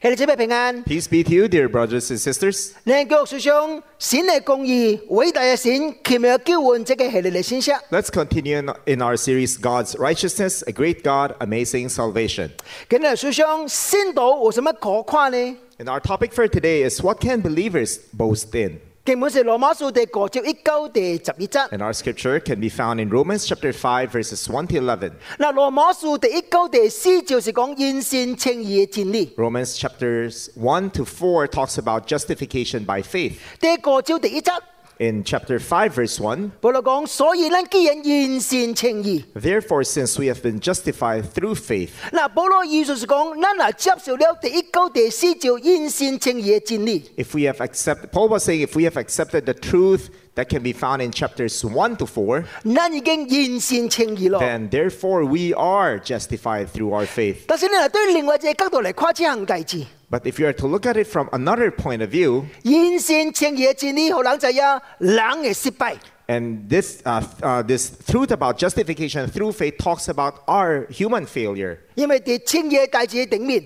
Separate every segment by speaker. Speaker 1: 兄弟姐妹平安，
Speaker 2: Peace be to you, dear brothers and sisters.
Speaker 1: 你繼續思想神嘅公義、偉大嘅神奇妙嘅救援，這個系列嘅信息。
Speaker 2: Let's continue in- in our series God's Righteousness, a Great God, Amazing Salvation.
Speaker 1: 今日思想信徒有什麼可看呢？
Speaker 2: And our topic for today is what can believers boast in?
Speaker 1: 根本是羅馬書第九章一九第十一節。
Speaker 2: And our scripture can be found in Romans chapter 5 verses 1 to 11.
Speaker 1: 嗱，羅馬書第一九第四就是講因信稱義嘅真理。
Speaker 2: Romans chapters 1 to 4 talks about justification by faith.
Speaker 1: 第九章第一節，
Speaker 2: In chapter 5 verse 1,
Speaker 1: 保羅講：所以咱既然因信稱義，
Speaker 2: therefore since we have been justified through faith,
Speaker 1: 嗱，保羅意思是講，咱若接受了第一九第四條因信稱義嘅真理。
Speaker 2: if we have accepted paul was saying if we have accepted the truth that can be found in chapters 1 to 4
Speaker 1: 咱已經因信稱義咯。
Speaker 2: then therefore we are justified through our faith
Speaker 1: 但是你若對另外一個角度嚟看這項代志，
Speaker 2: but if you are to look at it from another point of view
Speaker 1: 因信稱義嘅真理，互人知影人嘅失敗，
Speaker 2: and this, uh, th- uh, this truth about justification through faith talks about our human failure
Speaker 1: 因為佇稱義嘅代志嘅頂面，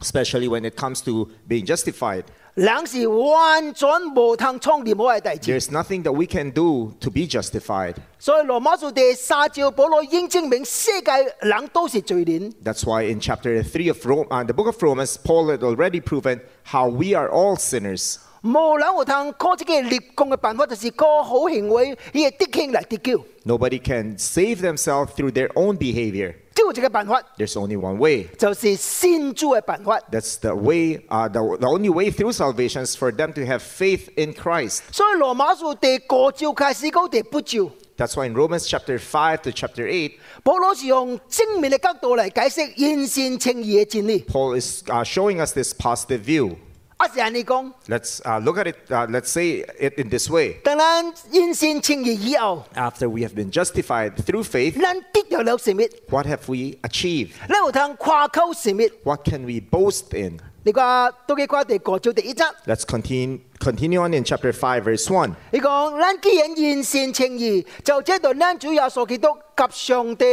Speaker 2: especially when it comes to being justified
Speaker 1: 人是完全無通創任何嘅代志。
Speaker 2: there's nothing that we can do to be justified
Speaker 1: 所以羅馬書第三章，保羅已經證明世界人都是罪人，
Speaker 2: that's why in chapter 3 of Rome, uh, the book of romans paul had already proven how we are all sinners
Speaker 1: 無人有通靠即個立功嘅辦法，就是靠好行為，伊嘅德行嚟得救，
Speaker 2: Nobody can save themselves through their own behavior.
Speaker 1: 只有一個辦法，
Speaker 2: There's only one way.
Speaker 1: 就是信主嘅辦法。
Speaker 2: That's the way, uh, the, the only way through salvation is for them to have faith in Christ.
Speaker 1: 所以羅馬書第五章開始到第八章。
Speaker 2: That's why in Romans chapter 5 to chapter 8,
Speaker 1: 保罗是用正面嘅角度嚟解釋因信稱義嘅真理，
Speaker 2: Paul is uh, showing us this positive view.
Speaker 1: 啊是安尼講。
Speaker 2: Let's uh, look at it, uh, let's say it in this way.
Speaker 1: 當咱因信稱義以後，
Speaker 2: After we have been justified through faith,
Speaker 1: 咱得到了神物，
Speaker 2: what have we achieved?
Speaker 1: 咱有通夸口神物。
Speaker 2: What can we boast in?
Speaker 1: 你看，都去看第五章第一節，
Speaker 2: Let's continue, continue on in chapter 5, verse 1.
Speaker 1: 伊講咱既然因信稱義，就這同咱主耶穌基督及上帝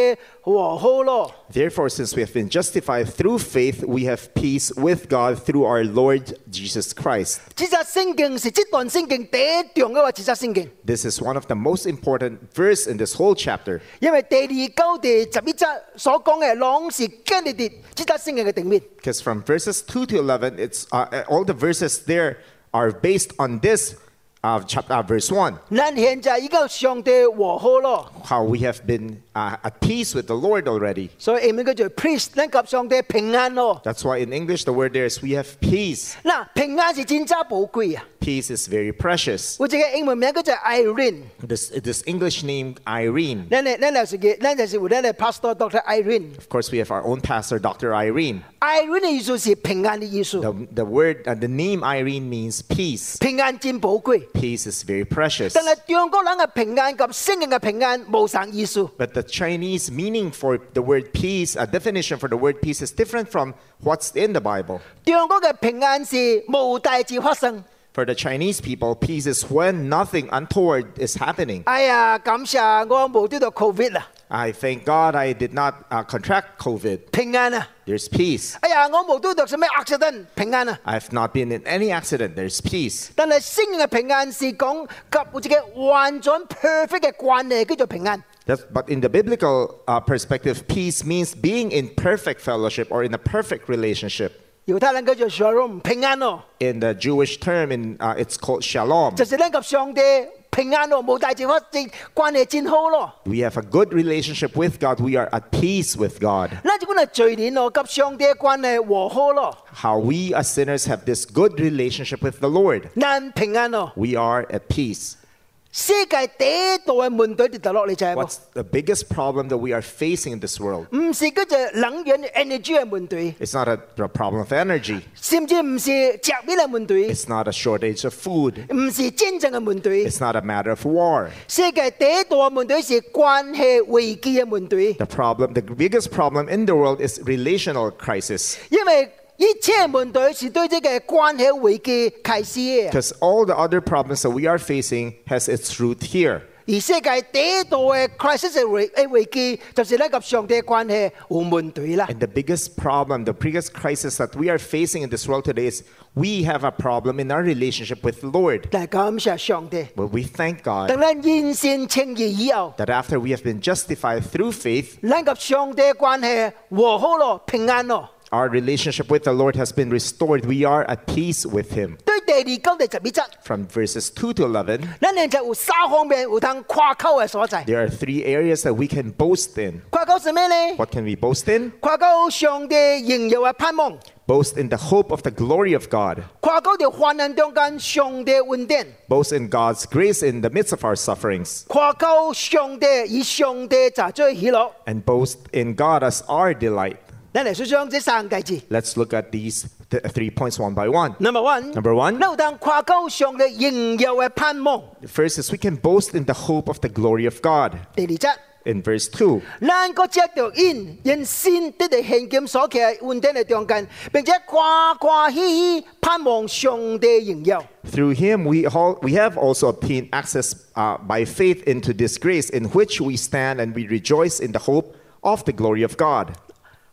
Speaker 1: 和好咯。
Speaker 2: Therefore, since we have been justified through faith, we have peace with God through our Lord Jesus Christ.
Speaker 1: 這隻聖經是這段聖經第一重嘅話，這隻聖經，
Speaker 2: This is one of the most important verse in this whole chapter
Speaker 1: 因為第二、九、第十一節所講嘅，攏是建立佇這隻聖經嘅頂面。
Speaker 2: because from verses 2 to 11, it's uh, uh, all the verses there are based on this uh, chapter, uh, verse 1,
Speaker 1: 咱現在已經有上帝和好咯，
Speaker 2: how we have been uh, at peace with the Lord already.
Speaker 1: 所以英文叫做 peace，咱及上帝平安咯。
Speaker 2: That's why in English the word there is we have peace.
Speaker 1: 嗱，平安是真真寶貴啊！
Speaker 2: Peace is very precious.
Speaker 1: 有一個英文名叫做 Irene，
Speaker 2: This, this English name, Irene.
Speaker 1: 咱的咱就是個咱就是有咱的 Pastor Doctor Irene。
Speaker 2: Of course, we have our own pastor, Dr. Irene.
Speaker 1: Irene 嘅意思是平安的意思，
Speaker 2: The, the word, uh, the name Irene means peace.
Speaker 1: 平安真寶貴。
Speaker 2: Peace is very precious.
Speaker 1: 但係中國人嘅平安及聖人嘅平安冇同意思。
Speaker 2: But the Chinese meaning for the word peace, a definition for the word peace, is different from what's in the Bible.
Speaker 1: 中國嘅平安是無大事發生。
Speaker 2: For the Chinese people, peace is when nothing untoward is happening.
Speaker 1: 哎呀，感謝我無得到 Covid 啊啦，
Speaker 2: I thank God I did not uh, contract COVID.
Speaker 1: 平安啊！
Speaker 2: There's peace.
Speaker 1: 哎呀，我無得到什麼 accident，平安啊！
Speaker 2: I've not been in any accident. There's peace.
Speaker 1: 但係聖靈嘅平安是講及有一個完全 perfect 嘅關係叫做平安。
Speaker 2: That's, but in the biblical uh, perspective, peace means being in perfect fellowship or in a perfect relationship.
Speaker 1: 猶太人叫做 shalom 平安哦，
Speaker 2: In the Jewish term, in, uh, it's called shalom.
Speaker 1: 就是咱及上帝平安哦，冇大事發生，關係真好咯。
Speaker 2: We have a good relationship with God. We are at peace with God.
Speaker 1: 咱即款係罪人哦，及上帝嘅關係和好咯，
Speaker 2: How we as sinners have this good relationship with the Lord.
Speaker 1: 咱平安哦。
Speaker 2: We are at peace.
Speaker 1: 世界第一大嘅問題跌跌落嚟就係無
Speaker 2: What's，the biggest problem that we are facing in this world?
Speaker 1: 唔是叫做能源 energy 嘅問題，
Speaker 2: It's not a, a problem of energy.
Speaker 1: 甚至唔是食物嘅問題，
Speaker 2: It's not a shortage of food.
Speaker 1: 唔是戰爭嘅問題。
Speaker 2: It's not a matter of war.
Speaker 1: 世界第一大嘅問題是關係危機嘅問題。
Speaker 2: The problem, the biggest problem in the world is relational crisis.
Speaker 1: 因为一切问题是对这个关系危机开始嘅，
Speaker 2: Because all the other problems that we are facing has its root here.
Speaker 1: 而世界第一度嘅 crisis 嘅危嘅危機，就是咧及上帝嘅關係互門對啦。
Speaker 2: And the biggest problem, the biggest crisis that we are facing in this world today is we have a problem in our relationship with the Lord.
Speaker 1: 但係感謝上帝，
Speaker 2: But we thank
Speaker 1: 等
Speaker 2: God
Speaker 1: 咱完善稱義以後，
Speaker 2: that after we have been justified through faith,
Speaker 1: 咱及上帝嘅關係和好咯，平安咯。
Speaker 2: our relationship with the Lord has been restored. We are at peace with Him.
Speaker 1: 對第二九第十二則，
Speaker 2: From verses 2 to 11,
Speaker 1: 咱哋就有三方面有通誇口嘅所在。
Speaker 2: there are three areas that we can boast in.
Speaker 1: 誇口是咩呢？
Speaker 2: What can we boast in?
Speaker 1: 誇口上帝仍有嘅盼望，
Speaker 2: Boast in the hope of the glory of God.
Speaker 1: 誇口條患難中間上帝恩典。
Speaker 2: Boast in God's grace in the midst of our sufferings.
Speaker 1: 夸口上帝以上帝就最喜乐。
Speaker 2: And boast in God as our delight.
Speaker 1: 咱嚟想想这三个字。
Speaker 2: Let's look at these th- three points one by one.
Speaker 1: Number one，
Speaker 2: Number one
Speaker 1: 你有当夸口上帝仍有嘅盼望。
Speaker 2: The First is we can boast in the hope of the glory of God.
Speaker 1: 第二则，
Speaker 2: In verse 2,
Speaker 1: 咱个接着因因先得到现今所期嘅恩典嘅中间，并且夸夸喜喜盼望上帝仍有。
Speaker 2: through him we, all, we have also obtained access uh, by faith into this grace in which we stand and we rejoice in the hope of the glory of God.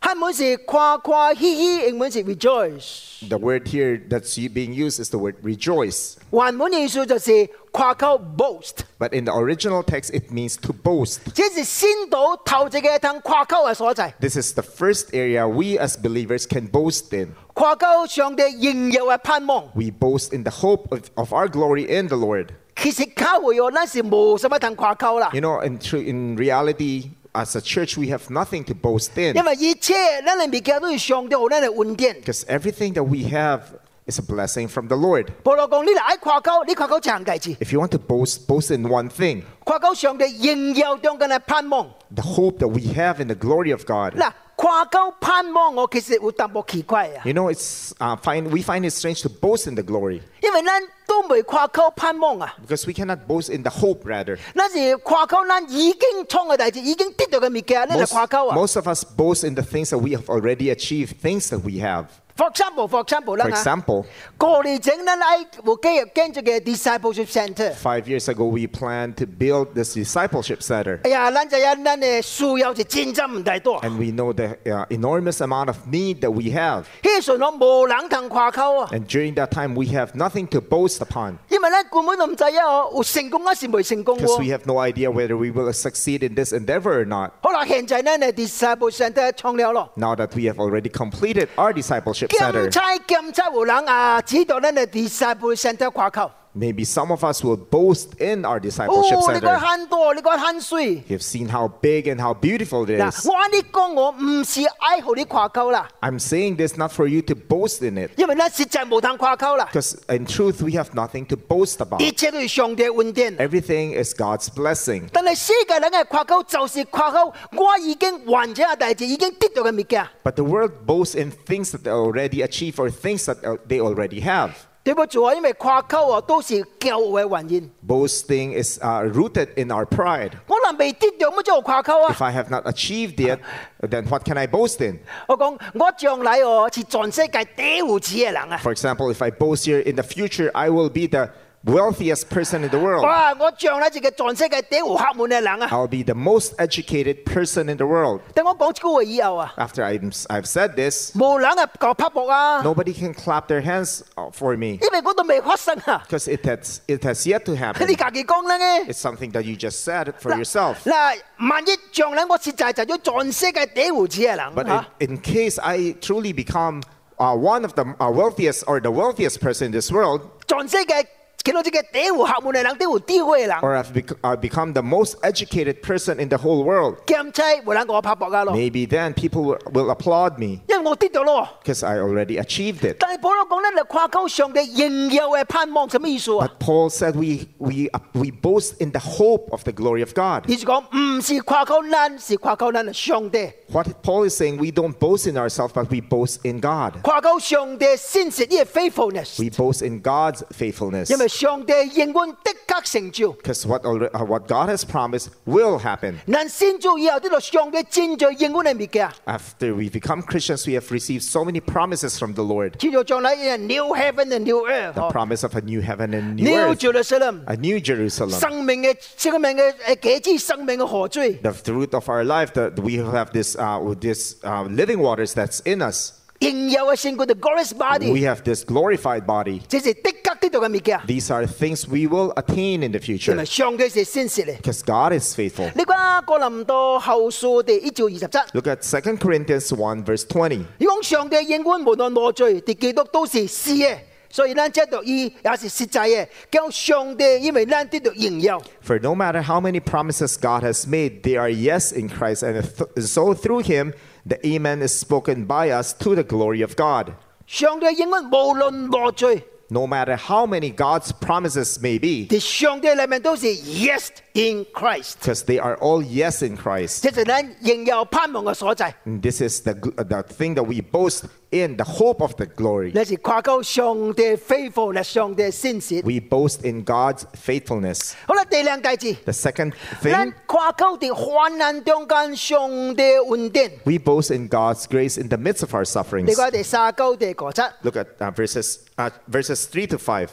Speaker 1: 汉文是夸夸喜喜，英文是 rejoice。
Speaker 2: The word here that's u- being used is the word rejoice.
Speaker 1: 原文意思就是夸口 boast，
Speaker 2: But in the original text, it means to boast.
Speaker 1: 这是先到头一个通夸口嘅所在。
Speaker 2: This is the first area we as believers can boast in.
Speaker 1: 夸口上帝仍有嘅盼望。
Speaker 2: We boast in the hope of, of our glory in the Lord.
Speaker 1: 其實教會哦，咱是冇什麼通誇口啦，
Speaker 2: You know, in, tru- in reality, as a church, we have nothing to boast in
Speaker 1: 因為一切咱嘅物件都係上帝互咱嘅恩典。
Speaker 2: because everything that we have is a blessing from the Lord.
Speaker 1: 保羅講：你嚟誇口，你誇口長大志，
Speaker 2: If you want to boast, boast in one thing
Speaker 1: 誇口上帝應有中間嘅盼望。
Speaker 2: the hope that we have in the glory of God.
Speaker 1: 嗱，誇口盼望，我其實有淡薄奇怪啊，
Speaker 2: You know, it's, uh, find, we find it strange to boast in the glory
Speaker 1: 因為咱都未誇口盼望啊，
Speaker 2: because we cannot boast in the hope, rather.
Speaker 1: 咱是誇口咱已經創嘅大志，已經得到嘅物件，咱嚟
Speaker 2: Most,
Speaker 1: 誇口啊。
Speaker 2: most of us boast in the things that we have already achieved, things that we have.
Speaker 1: For example，for example
Speaker 2: For
Speaker 1: 啦嚇，
Speaker 2: example,
Speaker 1: 過年整咱喺部機入跟住嘅 discipleship center，
Speaker 2: five years ago, we planned to build this discipleship center.
Speaker 1: 哎呀，咱就因咱嘅需要就真真唔大多。
Speaker 2: And we know the uh, enormous amount of need that we have.
Speaker 1: 迄時我無人通誇口啊，
Speaker 2: And during that time, we have nothing to boast upon
Speaker 1: 因為咱根本都唔知影哦，有成功還是未成功哦
Speaker 2: because we
Speaker 1: 喎。
Speaker 2: have no idea whether we will succeed in this endeavor or not.
Speaker 1: 好啦，現在咱嘅 disciple center 創了咯，
Speaker 2: Now that we have already completed our discipleship
Speaker 1: 檢
Speaker 2: center,
Speaker 1: 測檢測有人啊，指導咱嘅 disciple center 誇口。
Speaker 2: maybe some of us will boast in our discipleship
Speaker 1: 哦，你講
Speaker 2: center.
Speaker 1: 慳多，你講慳水。
Speaker 2: You've seen how big and how beautiful it
Speaker 1: 嗱，
Speaker 2: is.
Speaker 1: 我安尼講，我唔是愛好你誇口啦，
Speaker 2: I'm saying this not for you to boast in it
Speaker 1: 因為咱實在無通誇口啦，
Speaker 2: because, in truth, we have nothing to boast about.
Speaker 1: 一切都係上帝恩典。
Speaker 2: Everything is God's blessing.
Speaker 1: 但係世界人嘅誇口就是誇口，我已經完成嘅代志，已經得到嘅物件。
Speaker 2: But the world boasts in things that they already achieve or things that uh, they already have.
Speaker 1: 對不住啊，因為誇口啊都是驕傲嘅原因。
Speaker 2: Boasting is uh, rooted in our pride.
Speaker 1: 我能未得到，乜做誇口啊
Speaker 2: If！I have not achieved it, then what can I boast in?
Speaker 1: 我講我將來哦是全世界第一有錢嘅人啊！
Speaker 2: For example, if I boast here in the future, I will be the wealthiest person in the world.
Speaker 1: 哇！我將來是個全世界第一有學問嘅人啊！
Speaker 2: I'll be the most educated person in the world.
Speaker 1: 等我講一句話以後啊，
Speaker 2: After I'm, I've said this,
Speaker 1: 無人啊夠拍博啊，
Speaker 2: nobody can clap their hands uh, for me
Speaker 1: 因為嗰度未發生啊！
Speaker 2: because it has, it has yet to
Speaker 1: 你
Speaker 2: happen.
Speaker 1: 自己講啦嘅。
Speaker 2: It's something that you just said for
Speaker 1: 嗱
Speaker 2: yourself.
Speaker 1: 嗱，萬一將來我實在就咗全世界第一有錢嘅
Speaker 2: But
Speaker 1: 人啊！
Speaker 2: in, in case I truly become uh, one of the uh, wealthiest or the wealthiest person in this world,
Speaker 1: 全世界見到這個第一有學問嘅人，第一有智慧嘅人，
Speaker 2: or I've bec- uh, become the most educated person in the whole world,
Speaker 1: 兼且無人夠我拍博啊咯，
Speaker 2: maybe then people will, will applaud me
Speaker 1: 因為我得到咯。
Speaker 2: because I already achieved it.
Speaker 1: 但係保羅講咧，你誇口上帝仍有嘅盼望，什麼意思啊？
Speaker 2: But Paul said we, we, uh, we boast in the hope of the glory of God.
Speaker 1: 意思講唔是誇口咱，是誇口咱嘅上帝，
Speaker 2: What Paul is saying, we don't boast in ourselves, but we boast in God.
Speaker 1: 誇口上帝先是呢個 faithfulness，
Speaker 2: We boast in God's faithfulness
Speaker 1: 因為上帝應允的確成就。
Speaker 2: Because what, alre- uh, what God has promised will happen.
Speaker 1: 咱信主以後，呢度上帝真在應允嘅物件。
Speaker 2: After we become Christians, we have received so many promises from the Lord
Speaker 1: 叫做將來一個 new heaven and new earth，
Speaker 2: the
Speaker 1: 嗬
Speaker 2: promise of a new heaven and Oh. new
Speaker 1: ，new
Speaker 2: earth,
Speaker 1: Jerusalem，
Speaker 2: a new Jerusalem.
Speaker 1: 生命嘅生命嘅誒幾支生命嘅河水，
Speaker 2: the fruit of our life that we have this uh, with this uh, living waters that's in us
Speaker 1: 應有嘅聖冠嘅 glorious
Speaker 2: we
Speaker 1: body，
Speaker 2: have this glorified body
Speaker 1: 這是的確得到嘅物件，
Speaker 2: these are things we will attain in the
Speaker 1: 因
Speaker 2: future
Speaker 1: 為上帝是先實咧。
Speaker 2: because god is faithful
Speaker 1: 你講哥林多後書第一章二十七，
Speaker 2: look at 2 corinthians 1 verse 20
Speaker 1: 你講上帝應允無論何罪，啲基督都是是嘅，所以呢，即係伊也是實際嘅，叫上帝因為呢得到應有，
Speaker 2: for no matter how many promises god has made they are yes in christ and th- so through him the amen is spoken by us to the glory of god
Speaker 1: 上帝應允無論何罪，
Speaker 2: no matter how many god's promises may be
Speaker 1: 啲上帝裏面都是 yes in Christ。
Speaker 2: because they are all yes in christ
Speaker 1: 即係咧仍有盼望嘅所在。
Speaker 2: And this is the, gl- the thing that we boast in the hope of the glory
Speaker 1: 你是誇高上帝非福咧，上帝先善。
Speaker 2: We boast in God's faithfulness.
Speaker 1: 好啦，第兩大字，
Speaker 2: The second
Speaker 1: 咱
Speaker 2: thing,
Speaker 1: 誇高啲患難中間上帝恩典。
Speaker 2: we boast in God's grace in the midst of our
Speaker 1: 你
Speaker 2: sufferings.
Speaker 1: 講第三九第個七，
Speaker 2: Look at uh, verses, uh, verses 3 to 5.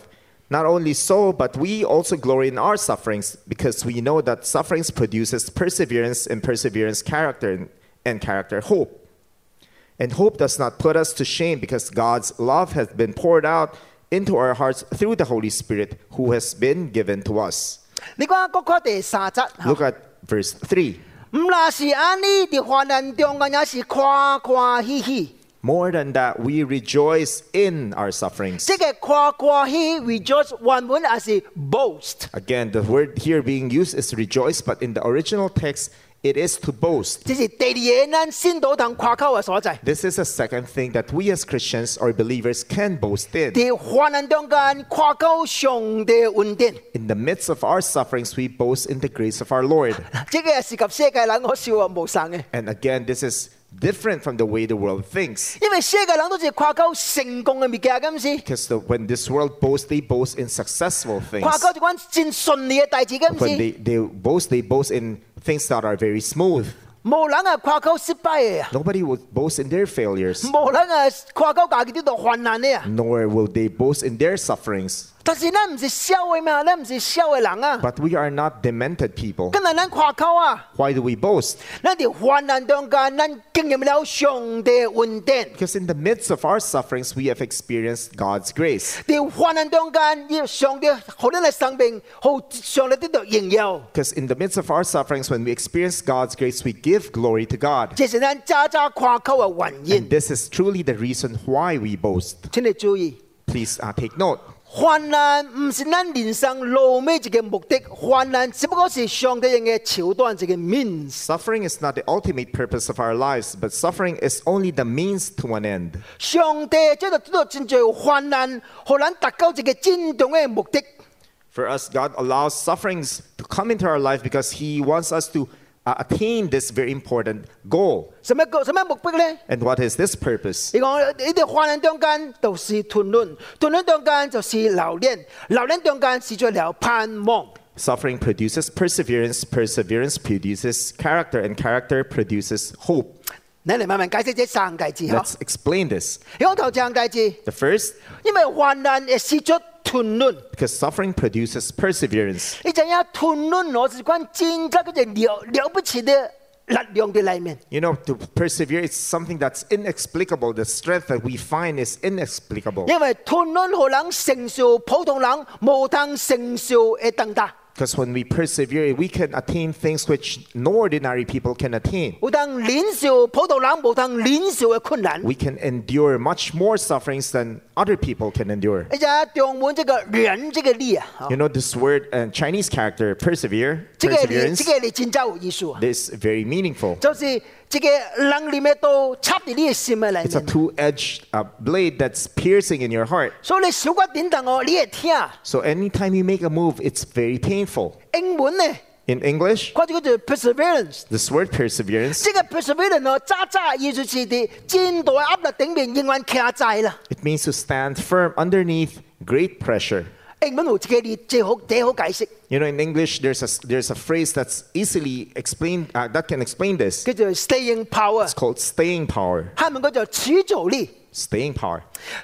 Speaker 2: Not only so, but we also glory in our sufferings because we know that sufferings produces perseverance and perseverance character and- and character hope. And hope does not put us to shame because God's love has been poured out into our hearts through the Holy Spirit who has been given to us.
Speaker 1: 你講嗰個第三七。
Speaker 2: Look at verse 3.
Speaker 1: 唔那是安尼啲患難中間也是誇誇喜喜，
Speaker 2: More than that, we rejoice in our sufferings.
Speaker 1: 即係誇誇喜 rejoice，原本也是 boast，
Speaker 2: Again, the word here being used is rejoice, but in the original text, it is to boast.
Speaker 1: 這是第二個咱先到同誇口嘅所在。
Speaker 2: This is a second thing that we as Christians or believers can boast in.
Speaker 1: 啲患難中間誇口上帝恩典。
Speaker 2: In the midst of our sufferings, we boast in the grace of our Lord.
Speaker 1: 即係涉及世界人，我笑話無神嘅，
Speaker 2: And again, this is different from the way the world thinks.
Speaker 1: 因為世界人都是誇高成功嘅物件，咁是
Speaker 2: Because the, when this world boasts, they boast in successful things.
Speaker 1: 誇高一款真順利嘅大事，咁是
Speaker 2: When they, they boast, they boast in things that are very smooth.
Speaker 1: 無人係誇高失敗嘅啊，
Speaker 2: Nobody would boast in their failures.
Speaker 1: 無人係誇高家己呢度患難嘅啊。
Speaker 2: nor will they boast in their sufferings.
Speaker 1: 但是咱唔是笑嘅嘛，咱唔是笑嘅人啊。
Speaker 2: But we are not demented people.
Speaker 1: 今日咱誇高啊，
Speaker 2: Why do we boast?
Speaker 1: 咱哋患難中間，咱經驗了上帝嘅恩典。
Speaker 2: Because in the midst of our sufferings, we have experienced God's grace.
Speaker 1: 啲患難中間，要上帝好咱嘅生命，好上帝呢度應有。
Speaker 2: Because in the midst of our sufferings, when we experience God's grace, we give glory to God.
Speaker 1: 這是咱渣渣誇高嘅原
Speaker 2: And
Speaker 1: 因。
Speaker 2: this is truly the reason why we boast.
Speaker 1: 請你注意。
Speaker 2: Please uh, take note.
Speaker 1: 患難唔是咱人生路尾一個目的，患難只不過是上帝用嘅手段一個 means。
Speaker 2: Suffering is not the ultimate purpose of our lives, but suffering is only the means to an end.
Speaker 1: 上帝即係得到真侪患難，互咱達到一個真正嘅目的。
Speaker 2: For us, God allows sufferings to come into our life because He wants us to uh, attain this very important goal.
Speaker 1: 什麼個什麼目的呢？
Speaker 2: And what is this purpose?
Speaker 1: 你講呢啲患難中間就是吞論，吞論中間就是留戀，留戀中間是做了盼望。
Speaker 2: Suffering produces perseverance, perseverance produces character, and character produces hope.
Speaker 1: 你嚟慢慢解釋這三個字嗬。
Speaker 2: Let's explain this.
Speaker 1: 你講頭三個字，
Speaker 2: The first,
Speaker 1: 因為患難係是做吞論。
Speaker 2: because suffering produces perseverance.
Speaker 1: 你知影吞论我是关真格嗰只了了不起的力量的里面，
Speaker 2: You know, to persevere is something that's inexplicable. The strength that we find is inexplicable
Speaker 1: 因为吞论互人承受普通人无通承受的等大，
Speaker 2: because when we persevere, we can attain things which no ordinary people can attain.
Speaker 1: 有通忍受普通人无通忍受的困难。
Speaker 2: We can endure much more sufferings than other people can endure.
Speaker 1: 你知影中文这个人这个力啊，哦
Speaker 2: You know, this word and Chinese character, persevere,
Speaker 1: 这个力
Speaker 2: perseverance,
Speaker 1: 这个力真正有意思啊，
Speaker 2: this very meaningful.
Speaker 1: 就是这个人里面都插伫你的心的里
Speaker 2: It's a
Speaker 1: 面，
Speaker 2: two-edged uh, blade that's piercing in your heart.
Speaker 1: 所以你小骨点动哦，你会听。
Speaker 2: So anytime you make a move, it's very painful.
Speaker 1: 英文呢，
Speaker 2: In English,
Speaker 1: 或者叫做 perseverance。
Speaker 2: this word perseverance,
Speaker 1: 即係 perseverance 哦，渣渣意思是啲戰鬥壓力頂面仍然徛在啦。
Speaker 2: it means to stand firm underneath great pressure.
Speaker 1: 英文有一個字最好最好解釋，
Speaker 2: You know, in English, there's a, there's a phrase that's easily explained, uh, that can explain this.
Speaker 1: 叫做 staying power
Speaker 2: It's。called staying power.
Speaker 1: 下面嗰就持續力。哦
Speaker 2: Staying power.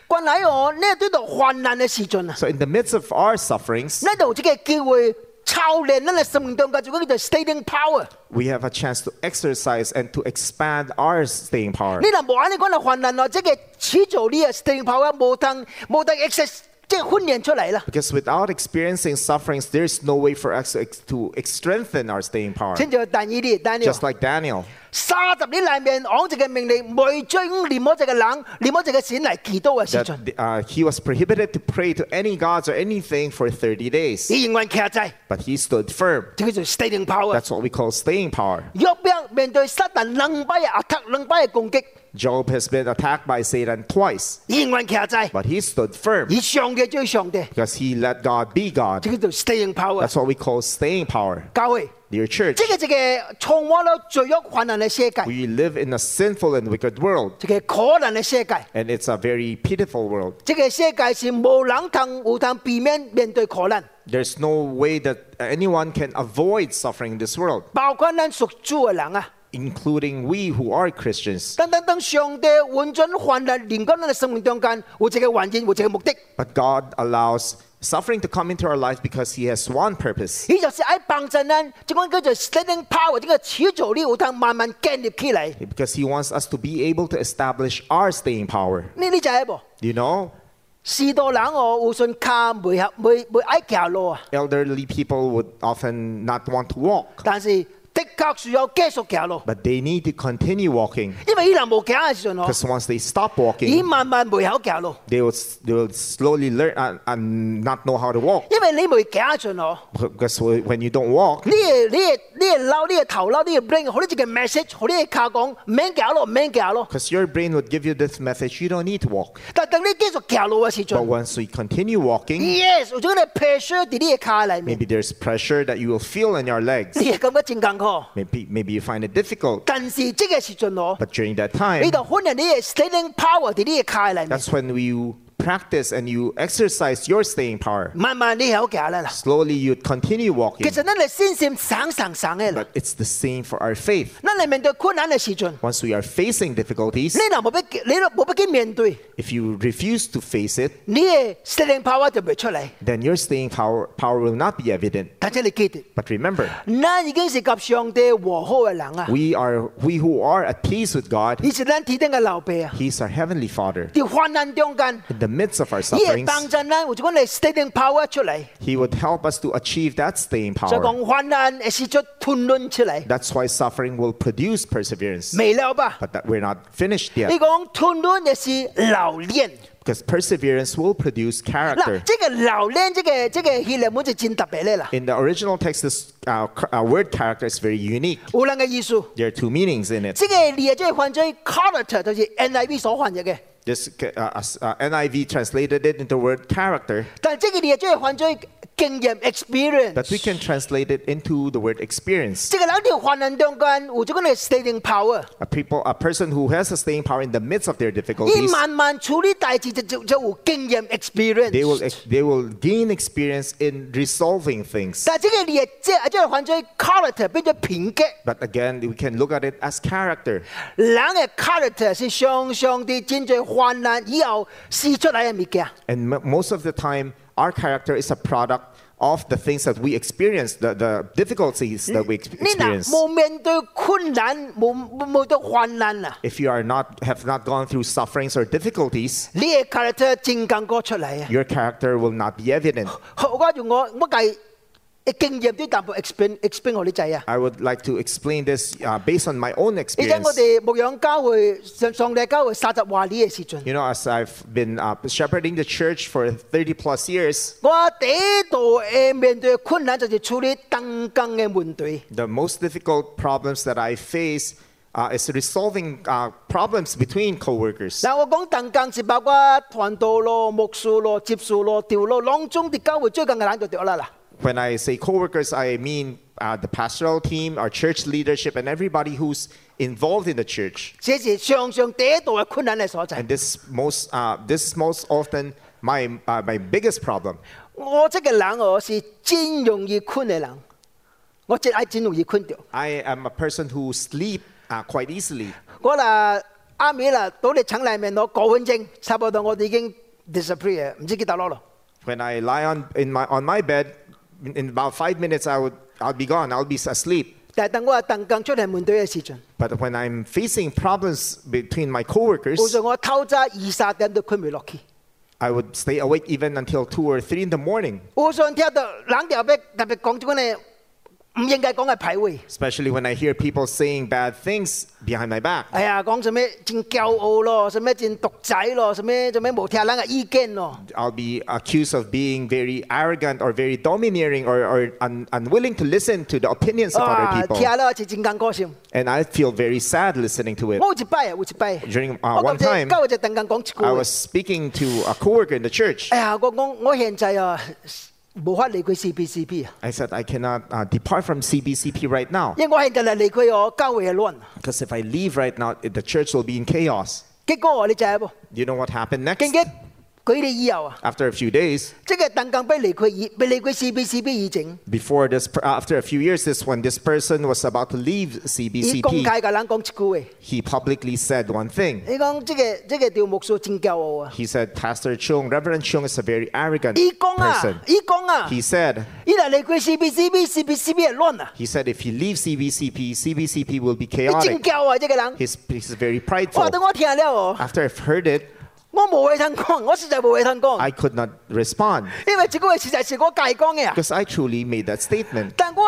Speaker 1: 關喺我呢一堆度患難嘅時陣啊，
Speaker 2: So in the midst of our sufferings,
Speaker 1: 呢度即嘅機會操練呢，你生命當中做嗰叫做 staying power。
Speaker 2: we have a chance to exercise and to expand our staying power.
Speaker 1: 你嗱無眼你講到患難或者嘅始做呢個啊 staying power 冇得冇得 access，即係訓練出嚟啦。
Speaker 2: Because without experiencing sufferings, there's no way for us to ex- to ex- strengthen our staying power.
Speaker 1: 請就但以啲，但呢
Speaker 2: Just like Daniel,
Speaker 1: 三十年裏面昂直嘅命令，每將念嗰隻嘅冷，念嗰隻嘅閃嚟祈禱嘅時
Speaker 2: that
Speaker 1: 陣，
Speaker 2: uh, he was prohibited to pray to any gods or anything for 30 days,
Speaker 1: 你仍然騎制，
Speaker 2: but he stood firm.
Speaker 1: 就叫做 staying power。
Speaker 2: That's what we call staying power.
Speaker 1: 約伯面對撒但兩百嘅 attack，兩百嘅攻擊，
Speaker 2: Job has been attacked by Satan twice,
Speaker 1: 仍然騎制，
Speaker 2: but he stood firm
Speaker 1: 以上嘅追上帝，
Speaker 2: because he let God be God.
Speaker 1: 就叫做 staying power。
Speaker 2: That's what we call staying power.
Speaker 1: 教會。
Speaker 2: Dear church,
Speaker 1: 即係即嘅充滿咗罪惡困難嘅世界，
Speaker 2: we live in a sinful and wicked world,
Speaker 1: 即係可能嘅世界。
Speaker 2: and it's a very pitiful world.
Speaker 1: 即係世界是無能同無能避免面對可能，
Speaker 2: There's no way that anyone can avoid suffering in this world,
Speaker 1: 包括咱屬主嘅人啊。
Speaker 2: including we who are Christians.
Speaker 1: 等等等，上帝完全患難，連緊咱嘅生命中間，有一個原因，有一個目的，
Speaker 2: But God allows suffering to come into our life because He has one purpose.
Speaker 1: 佢就是喺幫助咱，即講叫做 standing power，即個始造力有通慢慢建立起嚟。
Speaker 2: Because He wants us to be able to establish our staying power.
Speaker 1: 你你知係無？
Speaker 2: You know,
Speaker 1: 士多人哦，有信卡未合，未未愛行路啊，
Speaker 2: elderly people would often not want to walk,
Speaker 1: 但是的確需要繼續行路，
Speaker 2: but they need to continue walking.
Speaker 1: 因為伊人無行嘅時陣哦，
Speaker 2: Because once they stop
Speaker 1: 伊
Speaker 2: walking,
Speaker 1: 慢慢未曉行路。
Speaker 2: they will, s- they will slowly learn and, and not know how to walk.
Speaker 1: 因為你未行進哦，
Speaker 2: Because when you don't walk,
Speaker 1: 你嘅你嘅你嘅嬲，你嘅頭嬲，你嘅 brain，好你一個 message，好你嘅卡講，唔免行咯，唔免行咯。
Speaker 2: because your brain would give you this message, you don't need to walk.
Speaker 1: 但等你繼續行路嘅時
Speaker 2: But
Speaker 1: 陣
Speaker 2: once we continue walking,
Speaker 1: ，yes，有種嘅 pressure 喺你嘅卡裡面，
Speaker 2: maybe there's pressure that you will feel in your legs.
Speaker 1: 你係感覺真艱苦。
Speaker 2: Maybe, maybe you find it difficult.
Speaker 1: 但是即個時陣哦，
Speaker 2: But during that
Speaker 1: 你
Speaker 2: time,
Speaker 1: 就訓練你嘅 standing power 喺你嘅卡裡面，
Speaker 2: that's when you practice and you exercise your staying power.
Speaker 1: 慢慢你好行啦啦。
Speaker 2: Slowly you continue
Speaker 1: 其
Speaker 2: walking.
Speaker 1: 實咱嘅信心省省省嘅啦
Speaker 2: But，it's the same for our faith.
Speaker 1: 咱嚟面對困難嘅時陣，
Speaker 2: Once we are facing difficulties,
Speaker 1: 你若冇必你若冇必去面對，
Speaker 2: if you refuse to face it,
Speaker 1: 你嘅 standing power 就未出嚟。
Speaker 2: then your staying power, power will not be evident.
Speaker 1: 但係你記住，
Speaker 2: But remember,
Speaker 1: 咱已經是及上帝和好嘅人啊。
Speaker 2: we are we who are at peace with God,
Speaker 1: 以前咱天顶嘅老爸啊，
Speaker 2: He's our heavenly Father.
Speaker 1: 喺患難中間，
Speaker 2: In the midst of our
Speaker 1: 伊係
Speaker 2: sufferings,
Speaker 1: 幫助咱有一款嘅 standing power 出嚟，
Speaker 2: He would help us to achieve that staying
Speaker 1: 所以
Speaker 2: power.
Speaker 1: 講患難係使出吞論出嚟，
Speaker 2: That's why suffering will produce perseverance.
Speaker 1: 未了吧？
Speaker 2: But that we're not finished
Speaker 1: 你
Speaker 2: yet,
Speaker 1: 講吞論嘅是留戀，
Speaker 2: because perseverance will produce
Speaker 1: 嗱，
Speaker 2: character.
Speaker 1: 即個留戀，即個即個希臘文就真特別咧啦，
Speaker 2: In the original text, this uh, c- uh, word character is very unique.
Speaker 1: 有兩個意思。
Speaker 2: There are two meanings in it.
Speaker 1: 即個列即係犯罪 character 就是 NIV 所翻譯嘅，
Speaker 2: This uh, uh, NIV translated it into the word character,
Speaker 1: 但係即個列即係犯罪經驗
Speaker 2: but we
Speaker 1: experience。
Speaker 2: can translate it into the word experience.
Speaker 1: 即個人條患難中間有一款嘅 standing power，
Speaker 2: A people, a person who has a staying power in the midst of their
Speaker 1: 伊
Speaker 2: difficulties,
Speaker 1: 慢慢處理大事就就就有經驗
Speaker 2: they
Speaker 1: experience
Speaker 2: will。ex- they will gain experience in resolving things.
Speaker 1: 但係呢個劣即係即係犯罪 character 變咗偏激，
Speaker 2: But again, we can look at it as character.
Speaker 1: 人嘅 character 是常常啲真在患難以後試出嚟嘅物件。
Speaker 2: And m- most of the time, our character is a product of the things that we experience, the, the difficulties that we ex-
Speaker 1: 你嗱
Speaker 2: experience.
Speaker 1: 冇面對困難，冇冇冇到患難啊！
Speaker 2: If you are not have not gone through sufferings or difficulties,
Speaker 1: 你嘅 character 正更過出嚟啊！
Speaker 2: your character will not be evident.
Speaker 1: 好我用我我呃計經驗啲淡薄 explain explain 我你仔啊！
Speaker 2: I would like to explain this uh, based on my own
Speaker 1: 而家我
Speaker 2: experience.
Speaker 1: 哋牧養教會上上帝教會三十話呢嘅時陣，
Speaker 2: You know, as I've been uh, shepherding the church for 30 plus years,
Speaker 1: 我第一度誒面對困難就是處理登更嘅問題。
Speaker 2: the most difficult problems that I face uh, is resolving uh, problems between coworkers.
Speaker 1: 嗱，我講鄧更是包括團道咯、牧師咯、接數咯、調咯，當中啲教會最近嘅懶就掉啦嗱。
Speaker 2: When I say coworkers, I mean uh, the pastoral team, our church leadership, and everybody who's involved in the church.
Speaker 1: 這是常常第一度嘅困難嘅所在
Speaker 2: And。this most, uh, this is most often my uh, my biggest problem.
Speaker 1: 我这个人哦是真容易困嘅人，我真系真容易困掉。
Speaker 2: I am a person who sleep uh, quite easily.
Speaker 1: 我嗱阿美啦，到你請嚟面攞過分證，差不多我哋已經 disappear，唔知幾多攞咯。
Speaker 2: When I lie on, in my, on my bed, in, in about five minutes, I would, I'll be gone. I'll be asleep.
Speaker 1: 但係等我鄧更出嚟面對嘅時陣，
Speaker 2: But when I'm facing problems between my coworkers,
Speaker 1: 好似我偷揸二十點都佢未落去。
Speaker 2: I would stay awake even until 2 or 3 in the morning,
Speaker 1: 我想聽到冷掉俾特別講咗咧，唔應該講嘅排位。
Speaker 2: especially when I hear people saying bad things behind my back.
Speaker 1: 哎呀，講什麼真驕傲咯，什麼真獨仔咯，什麼什麼冇聽人嘅意見咯。
Speaker 2: I'll be accused of being very arrogant or very domineering or, or un, unwilling to listen to the opinions of
Speaker 1: 啊
Speaker 2: other，people.
Speaker 1: 聽了就真感覺先。
Speaker 2: And I feel very sad listening to it.
Speaker 1: 我有一擺啊，有一擺。
Speaker 2: During, uh,
Speaker 1: 我
Speaker 2: one
Speaker 1: 今次
Speaker 2: time-
Speaker 1: 今日就鄧更講一句
Speaker 2: I
Speaker 1: 話。
Speaker 2: was speaking to a coworker in the church.
Speaker 1: 哎呀，我我我現在啊無法離開 CPCP 啊。
Speaker 2: I said, I cannot uh, depart from CBCP right now
Speaker 1: 因為我現在嚟離開我教會嘅亂，
Speaker 2: because if I leave right now, the church will be in chaos.
Speaker 1: 結果你就係噃，
Speaker 2: You know what happened next?
Speaker 1: 經結佢哋以後啊，
Speaker 2: After a few days,
Speaker 1: 即係鄧更俾離開以俾離開 CBCB 以整，
Speaker 2: before this, per- uh, after a few years, this when this person was about to leave
Speaker 1: 以公
Speaker 2: CBCP,
Speaker 1: 界嘅人講一句話，
Speaker 2: he publicly said one thing.
Speaker 1: 你講即係即係條牧師真驕傲啊！
Speaker 2: He said, Pastor Chung, Reverend Chung is a very arrogant
Speaker 1: 伊講啊
Speaker 2: person.，
Speaker 1: 伊講啊，
Speaker 2: He said,
Speaker 1: 伊嚟離開 CBCB，CBCB 係亂啊，
Speaker 2: he said if he leaves CBCP, CBCP will be
Speaker 1: 你真
Speaker 2: chaotic.
Speaker 1: 驕啊！即個人，
Speaker 2: He's, he's very
Speaker 1: 哇！
Speaker 2: prideful.
Speaker 1: 等我聽了哦，
Speaker 2: After I've heard it,
Speaker 1: 我無話通講，我實在無話通講，
Speaker 2: I could not respond
Speaker 1: 因為這個實在是我家講嘅啊，
Speaker 2: because I truly made that statement.
Speaker 1: 但我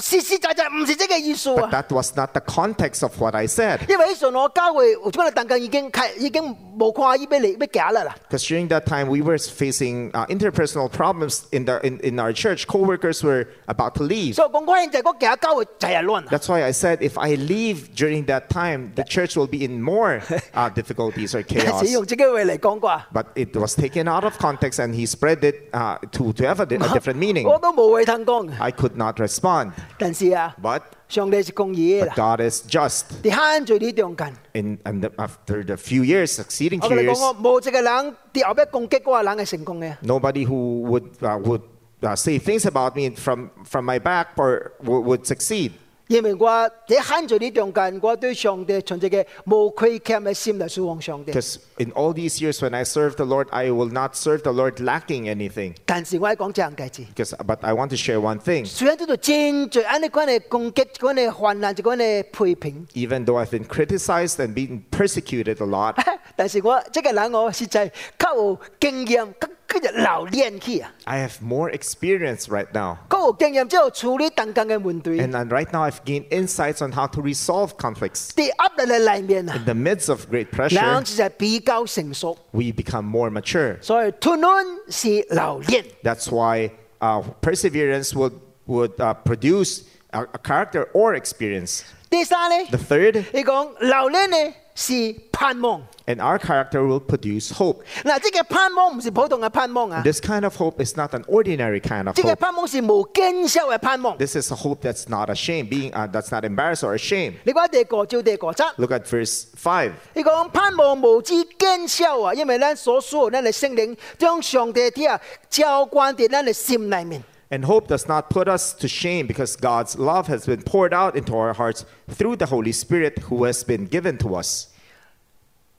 Speaker 1: 實實在在唔是這個意思
Speaker 2: But
Speaker 1: 啊。
Speaker 2: that was not the context of what I said.
Speaker 1: 因為嗰陣我教會，我哋鄧更已經開，已經無看伊要嚟要假啦啦。
Speaker 2: Because during that time, we were facing uh, interpersonal problems in, the, in, in our church. Co-workers were about to leave.
Speaker 1: 所以講嗰陣就係嗰假教會就係亂啦。
Speaker 2: That's why I said if I leave during that time, the church will be in more uh, difficulties
Speaker 1: 但
Speaker 2: or chaos.
Speaker 1: 是用自己嘅話嚟講啩，
Speaker 2: But it was taken out of context and he spread it uh, to, to have a, di- a different meaning. 哎
Speaker 1: 我都冇位聽講嘅。
Speaker 2: I could not respond.
Speaker 1: 啊但是啊，
Speaker 2: But
Speaker 1: 上帝是公義嘅啦。
Speaker 2: God is just.
Speaker 1: 啲慳罪呢樣緊，
Speaker 2: In, and the- after the few years, succeeding
Speaker 1: 我
Speaker 2: few
Speaker 1: 同你哦
Speaker 2: years,
Speaker 1: 講，我冇隻嘅人跌後一攻擊嗰個人係成功啊嘅。
Speaker 2: nobody who would, uh, would uh, say things about me from, from my back or w- would succeed.
Speaker 1: 因為我喺慳罪呢樣緊，我對上帝存在嘅無虧欠嘅心嚟仰望上帝。
Speaker 2: Because in all these years when I serve the Lord, I will not serve the Lord lacking anything.
Speaker 1: 但是我係講這樣嘅字。
Speaker 2: Because, but I want to share one thing.
Speaker 1: 雖然呢度戰罪，安尼講係攻擊，講係患難，就講係批評。
Speaker 2: Even though I've been criticized and been persecuted a lot,
Speaker 1: 但是我即個人我實在較有經驗，佢佢就留練去啊！
Speaker 2: I have more experience right now.
Speaker 1: 較有經驗之後處理等等嘅問題，
Speaker 2: And, and right now, I've gained insights on how to resolve conflicts.
Speaker 1: 跌壓力嘅裡面啊，
Speaker 2: In the midst of
Speaker 1: 人
Speaker 2: great pressure,
Speaker 1: 實在比較成熟，
Speaker 2: we become more mature.
Speaker 1: 所以吞論是留練，
Speaker 2: That's why uh, perseverance would, would uh, produce a, a character or experience.
Speaker 1: 第三咧，
Speaker 2: The third,
Speaker 1: 你講留練呢是盼望。
Speaker 2: and our character will produce hope.
Speaker 1: 嗱，即個盼望唔是普通嘅盼望啊，
Speaker 2: This kind of hope is not an ordinary kind of
Speaker 1: 即個
Speaker 2: hope.
Speaker 1: 盼望是無堅守嘅盼望。
Speaker 2: This is a hope that's not ashamed, being uh, that's not embarrassed or ashamed.
Speaker 1: 你講第個照第個則，
Speaker 2: Look at verse five.
Speaker 1: 你講盼望無知堅守啊，因為咱所屬咱嘅聖靈將上帝啲啊照關喺咱嘅心裡面。
Speaker 2: And hope does not put us to shame because God's love has been poured out into our hearts through the Holy Spirit who has been given to us.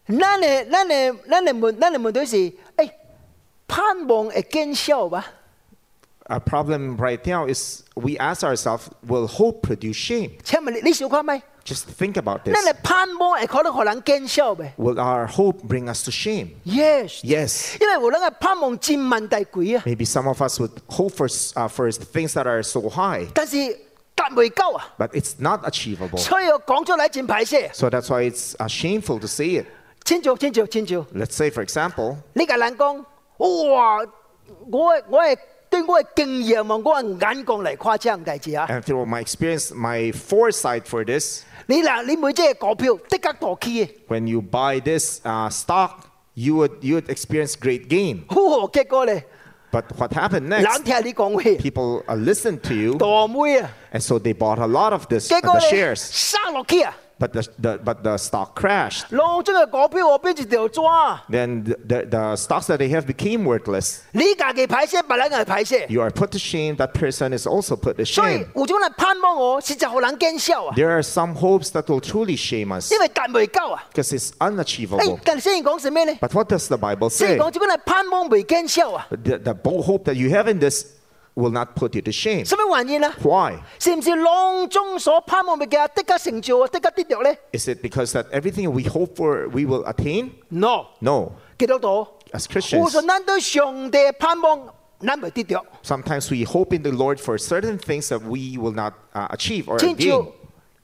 Speaker 1: 咱的咱的咱的问咱的问题是，哎、盼望会见效吧？
Speaker 2: Our problem right now is we ask ourselves, will hope produce shame?
Speaker 1: 请问你你想看咩？
Speaker 2: Just think about
Speaker 1: 咱
Speaker 2: this.
Speaker 1: 的盼望会可能互人见效未
Speaker 2: Will our hope bring us to shame?
Speaker 1: ？Yes，
Speaker 2: Yes.
Speaker 1: 因為有人嘅盼望佔萬大鬼啊，
Speaker 2: Maybe some of us would hope for, uh, for things that are so high,
Speaker 1: 但是達未夠啊，
Speaker 2: but it's not achievable.
Speaker 1: 所以我講出嚟真排泄。
Speaker 2: So that's why it's uh, shameful to say it.
Speaker 1: 清朝清朝清朝，
Speaker 2: Let's say, for example,
Speaker 1: 你個人講，哇！我的我係對我嘅經驗啊，我嘅眼光嚟誇張大志啊！
Speaker 2: and through my experience, my foresight for this,
Speaker 1: 你嗱，你每隻股票的確大起嘅，
Speaker 2: when you buy this uh, stock, you would, you would experience great gain.
Speaker 1: 好何結果咧？
Speaker 2: But what happened
Speaker 1: 冷
Speaker 2: next?
Speaker 1: 聽你講嘅，
Speaker 2: People uh, listened to you,
Speaker 1: 大妹啊！
Speaker 2: and so they bought a lot of this,
Speaker 1: 結
Speaker 2: uh,
Speaker 1: 果
Speaker 2: the
Speaker 1: 咧
Speaker 2: shares.
Speaker 1: 生落去啊！
Speaker 2: but the, the, but the stock crashed.
Speaker 1: 攞咗嘅股票我變成條抓，
Speaker 2: Then the, the, the stocks that they have became worthless.
Speaker 1: 你家己歹勢，別人嘅歹勢。
Speaker 2: You are put to shame. That person is also put to
Speaker 1: 所以
Speaker 2: shame.
Speaker 1: 有種人盼望我，實在互人見笑啊，
Speaker 2: There are some hopes that will truly shame us
Speaker 1: 因為達未夠啊。
Speaker 2: because it's
Speaker 1: 誒
Speaker 2: unachievable.，
Speaker 1: 但係先講是咩呢？
Speaker 2: But what does the Bible
Speaker 1: 先
Speaker 2: say?
Speaker 1: 講這種人盼望未見笑啊，
Speaker 2: The, the bold hope that you have in this will not put you to shame.
Speaker 1: 什麼原因啊？
Speaker 2: Why?
Speaker 1: 是唔是浪中所盼望嘅嘢即刻成就啊，即刻得着呢
Speaker 2: Is it because that everything we hope for we will attain?
Speaker 1: n o
Speaker 2: No.
Speaker 1: 基督徒，
Speaker 2: As
Speaker 1: 互
Speaker 2: Christians,
Speaker 1: 信咱對上帝嘅盼望，咱未得着。
Speaker 2: sometimes we hope in the Lord for certain things that we will not uh, achieve or
Speaker 1: 亲像
Speaker 2: attain.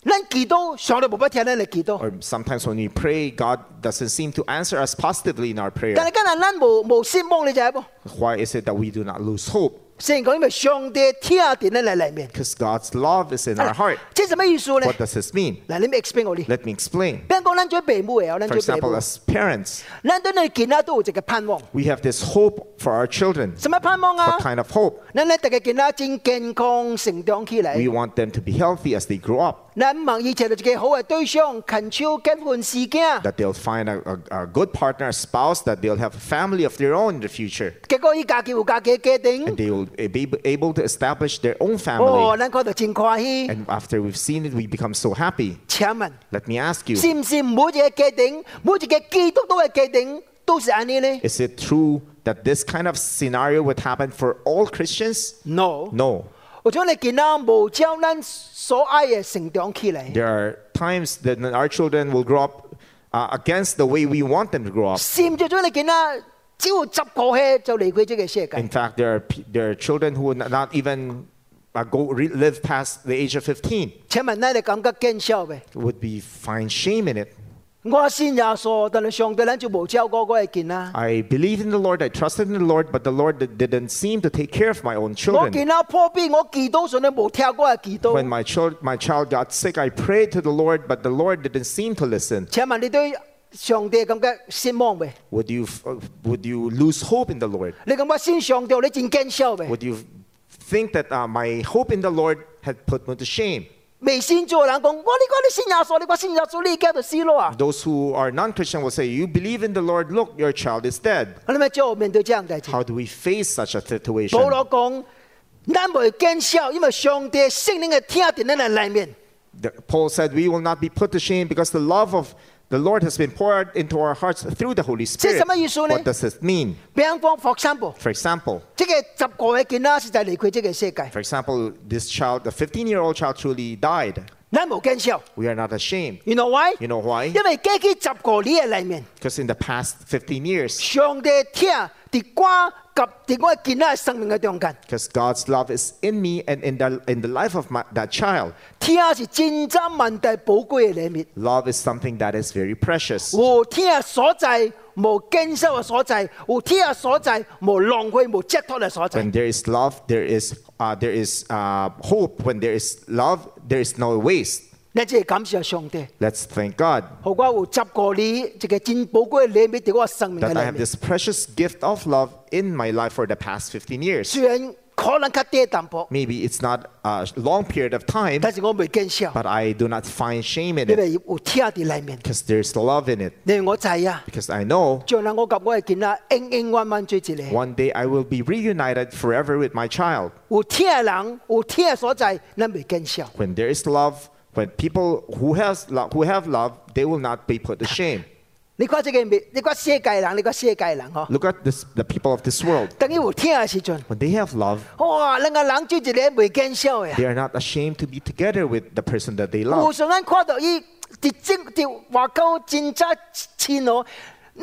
Speaker 1: 咱祈禱，上帝無法聽咱嚟祈禱，
Speaker 2: Or sometimes when we pray, God doesn't seem to answer us positively in our prayer.
Speaker 1: 但係今日咱無無失望，你就係噃。
Speaker 2: Why is it that we do not lose hope?
Speaker 1: 聖經講因為上帝聽喺咱嚟裏面。
Speaker 2: Because God's love is in our heart.
Speaker 1: 即係什麼意思呢？
Speaker 2: What does this mean?
Speaker 1: 嗱，你咪 explain 我哋。
Speaker 2: Let me explain.
Speaker 1: 邊講咱做父母嘅，咱
Speaker 2: For
Speaker 1: 做父
Speaker 2: example,
Speaker 1: 母，
Speaker 2: as parents,
Speaker 1: 咱對你囡仔都有一個盼望。
Speaker 2: we have this hope for our children.
Speaker 1: 什麼盼望啊
Speaker 2: What？kind of hope?
Speaker 1: 咱咧大家囡仔真健康成長起來。
Speaker 2: We want them to be healthy as they grow up,
Speaker 1: 咱望以前就一個好嘅對象，勤手結婚事件，
Speaker 2: that they'll find a, a, a good partner, a spouse, that they'll have a family of their own in the future,
Speaker 1: 結果伊家己有家己嘅家庭。
Speaker 2: and they will be able to establish their own
Speaker 1: 哦，
Speaker 2: family.
Speaker 1: 咱講到真歡喜。
Speaker 2: And after we've seen it, we become so happy.
Speaker 1: 請問，
Speaker 2: Let me ask you
Speaker 1: 是唔是每一個家庭，每一個基督徒嘅家庭都是安尼呢
Speaker 2: is it true that this kind of scenario would happen for all Christians?
Speaker 1: No，
Speaker 2: No.
Speaker 1: 我將你囡仔無照咱所愛嘅成長起來。
Speaker 2: There are times that our children will grow up uh, against the way we want them to grow up.
Speaker 1: 甚至將你囡仔只要十個歲就離開這個世界。
Speaker 2: In fact, there are, p- there are children who would not even uh, go re- live past the age of 15,
Speaker 1: 請問咱哋感覺見笑未？
Speaker 2: would be find shame in it.
Speaker 1: 我信耶穌，但係上帝咱就無照顧我嘅囡仔。
Speaker 2: I believed in the Lord, I trusted in the Lord, but the Lord did- didn't seem to take care of my own
Speaker 1: 我
Speaker 2: children.
Speaker 1: 見到破壁，我祈禱上帝冇聽過嘅祈禱。
Speaker 2: When my child, my child got sick, I prayed to the Lord, but the Lord didn't seem to listen.
Speaker 1: 請問你對上帝感覺失望未？
Speaker 2: Would you, f- uh, would you lose hope in the Lord?
Speaker 1: 你感覺信上帝你真見笑未？
Speaker 2: Would you think that uh, my hope in the Lord had put me to shame?
Speaker 1: 未信主嘅人講：我你講你信耶穌，你講信耶穌，你而家就死咯啊！
Speaker 2: Those who are non Christian will say, You believe in the Lord, look, your child is dead.
Speaker 1: 我哋咪就面對這樣代志。
Speaker 2: How do we face such a situation?
Speaker 1: 保羅講：咱未見笑，因為上帝聖靈嘅聽在咱嘅裏面。
Speaker 2: The- Paul said, We will not be put to shame because the love of the Lord has been poured into our hearts through the Holy Spirit.
Speaker 1: 这什么意思呢？
Speaker 2: What does this mean?
Speaker 1: 比方，for example，
Speaker 2: For example,
Speaker 1: 即個十個嘅囡仔實在離開這個世界，
Speaker 2: for example, this child, a 15 year old child truly died.
Speaker 1: 咱冇見笑。
Speaker 2: We are not ashamed.
Speaker 1: You know why？
Speaker 2: You know why?
Speaker 1: 因為過去十個年嘅裏面。
Speaker 2: Because in the past 15 years,
Speaker 1: 上帝聽伫我及伫我囡仔生命嘅中間，
Speaker 2: because God's love is in me and in the, in the life of my, that child,
Speaker 1: 聽是千真萬大寶貴嘅禮物。
Speaker 2: love is something that is very precious.
Speaker 1: 有聽所在，無堅守嘅所在；有聽所在，無浪費、無折脱嘅所在。
Speaker 2: When there is love, there is, uh, there is uh, hope. When there is love, there is no waste.
Speaker 1: 你只係感謝上帝，
Speaker 2: Let's thank God.
Speaker 1: 好我有十個你一個真寶貴嘅禮物伫我生命嘅
Speaker 2: that
Speaker 1: 裏
Speaker 2: I have
Speaker 1: 面。
Speaker 2: this precious gift of love in my life for the past 15 years.
Speaker 1: 雖然可能較低淡薄，
Speaker 2: Maybe it's not a long period of time,
Speaker 1: 但是我未堅守，
Speaker 2: but I do not find shame in
Speaker 1: 因
Speaker 2: it
Speaker 1: 為有聽伫裏面。
Speaker 2: because there's love in it.
Speaker 1: 因為我知啊，
Speaker 2: Because I know
Speaker 1: 將來我及我嘅囡仔永永遠遠做一個。
Speaker 2: one day I will be reunited forever with my child.
Speaker 1: 有聽嘅人，有聽嘅所在，咱未堅守。
Speaker 2: When there is love, when people who has lo- who have love, they will not be put to shame.
Speaker 1: 你看这个美，你看世界人，你看世界人嗬，
Speaker 2: Look at this, the people of this world.
Speaker 1: 等于有天嘅时阵，
Speaker 2: When they have love,
Speaker 1: 哇，两个人做一个未见笑嘅，
Speaker 2: they are not ashamed to be together with the person that they
Speaker 1: 有
Speaker 2: love.
Speaker 1: 时咱看到伊直接就话到真早亲哦，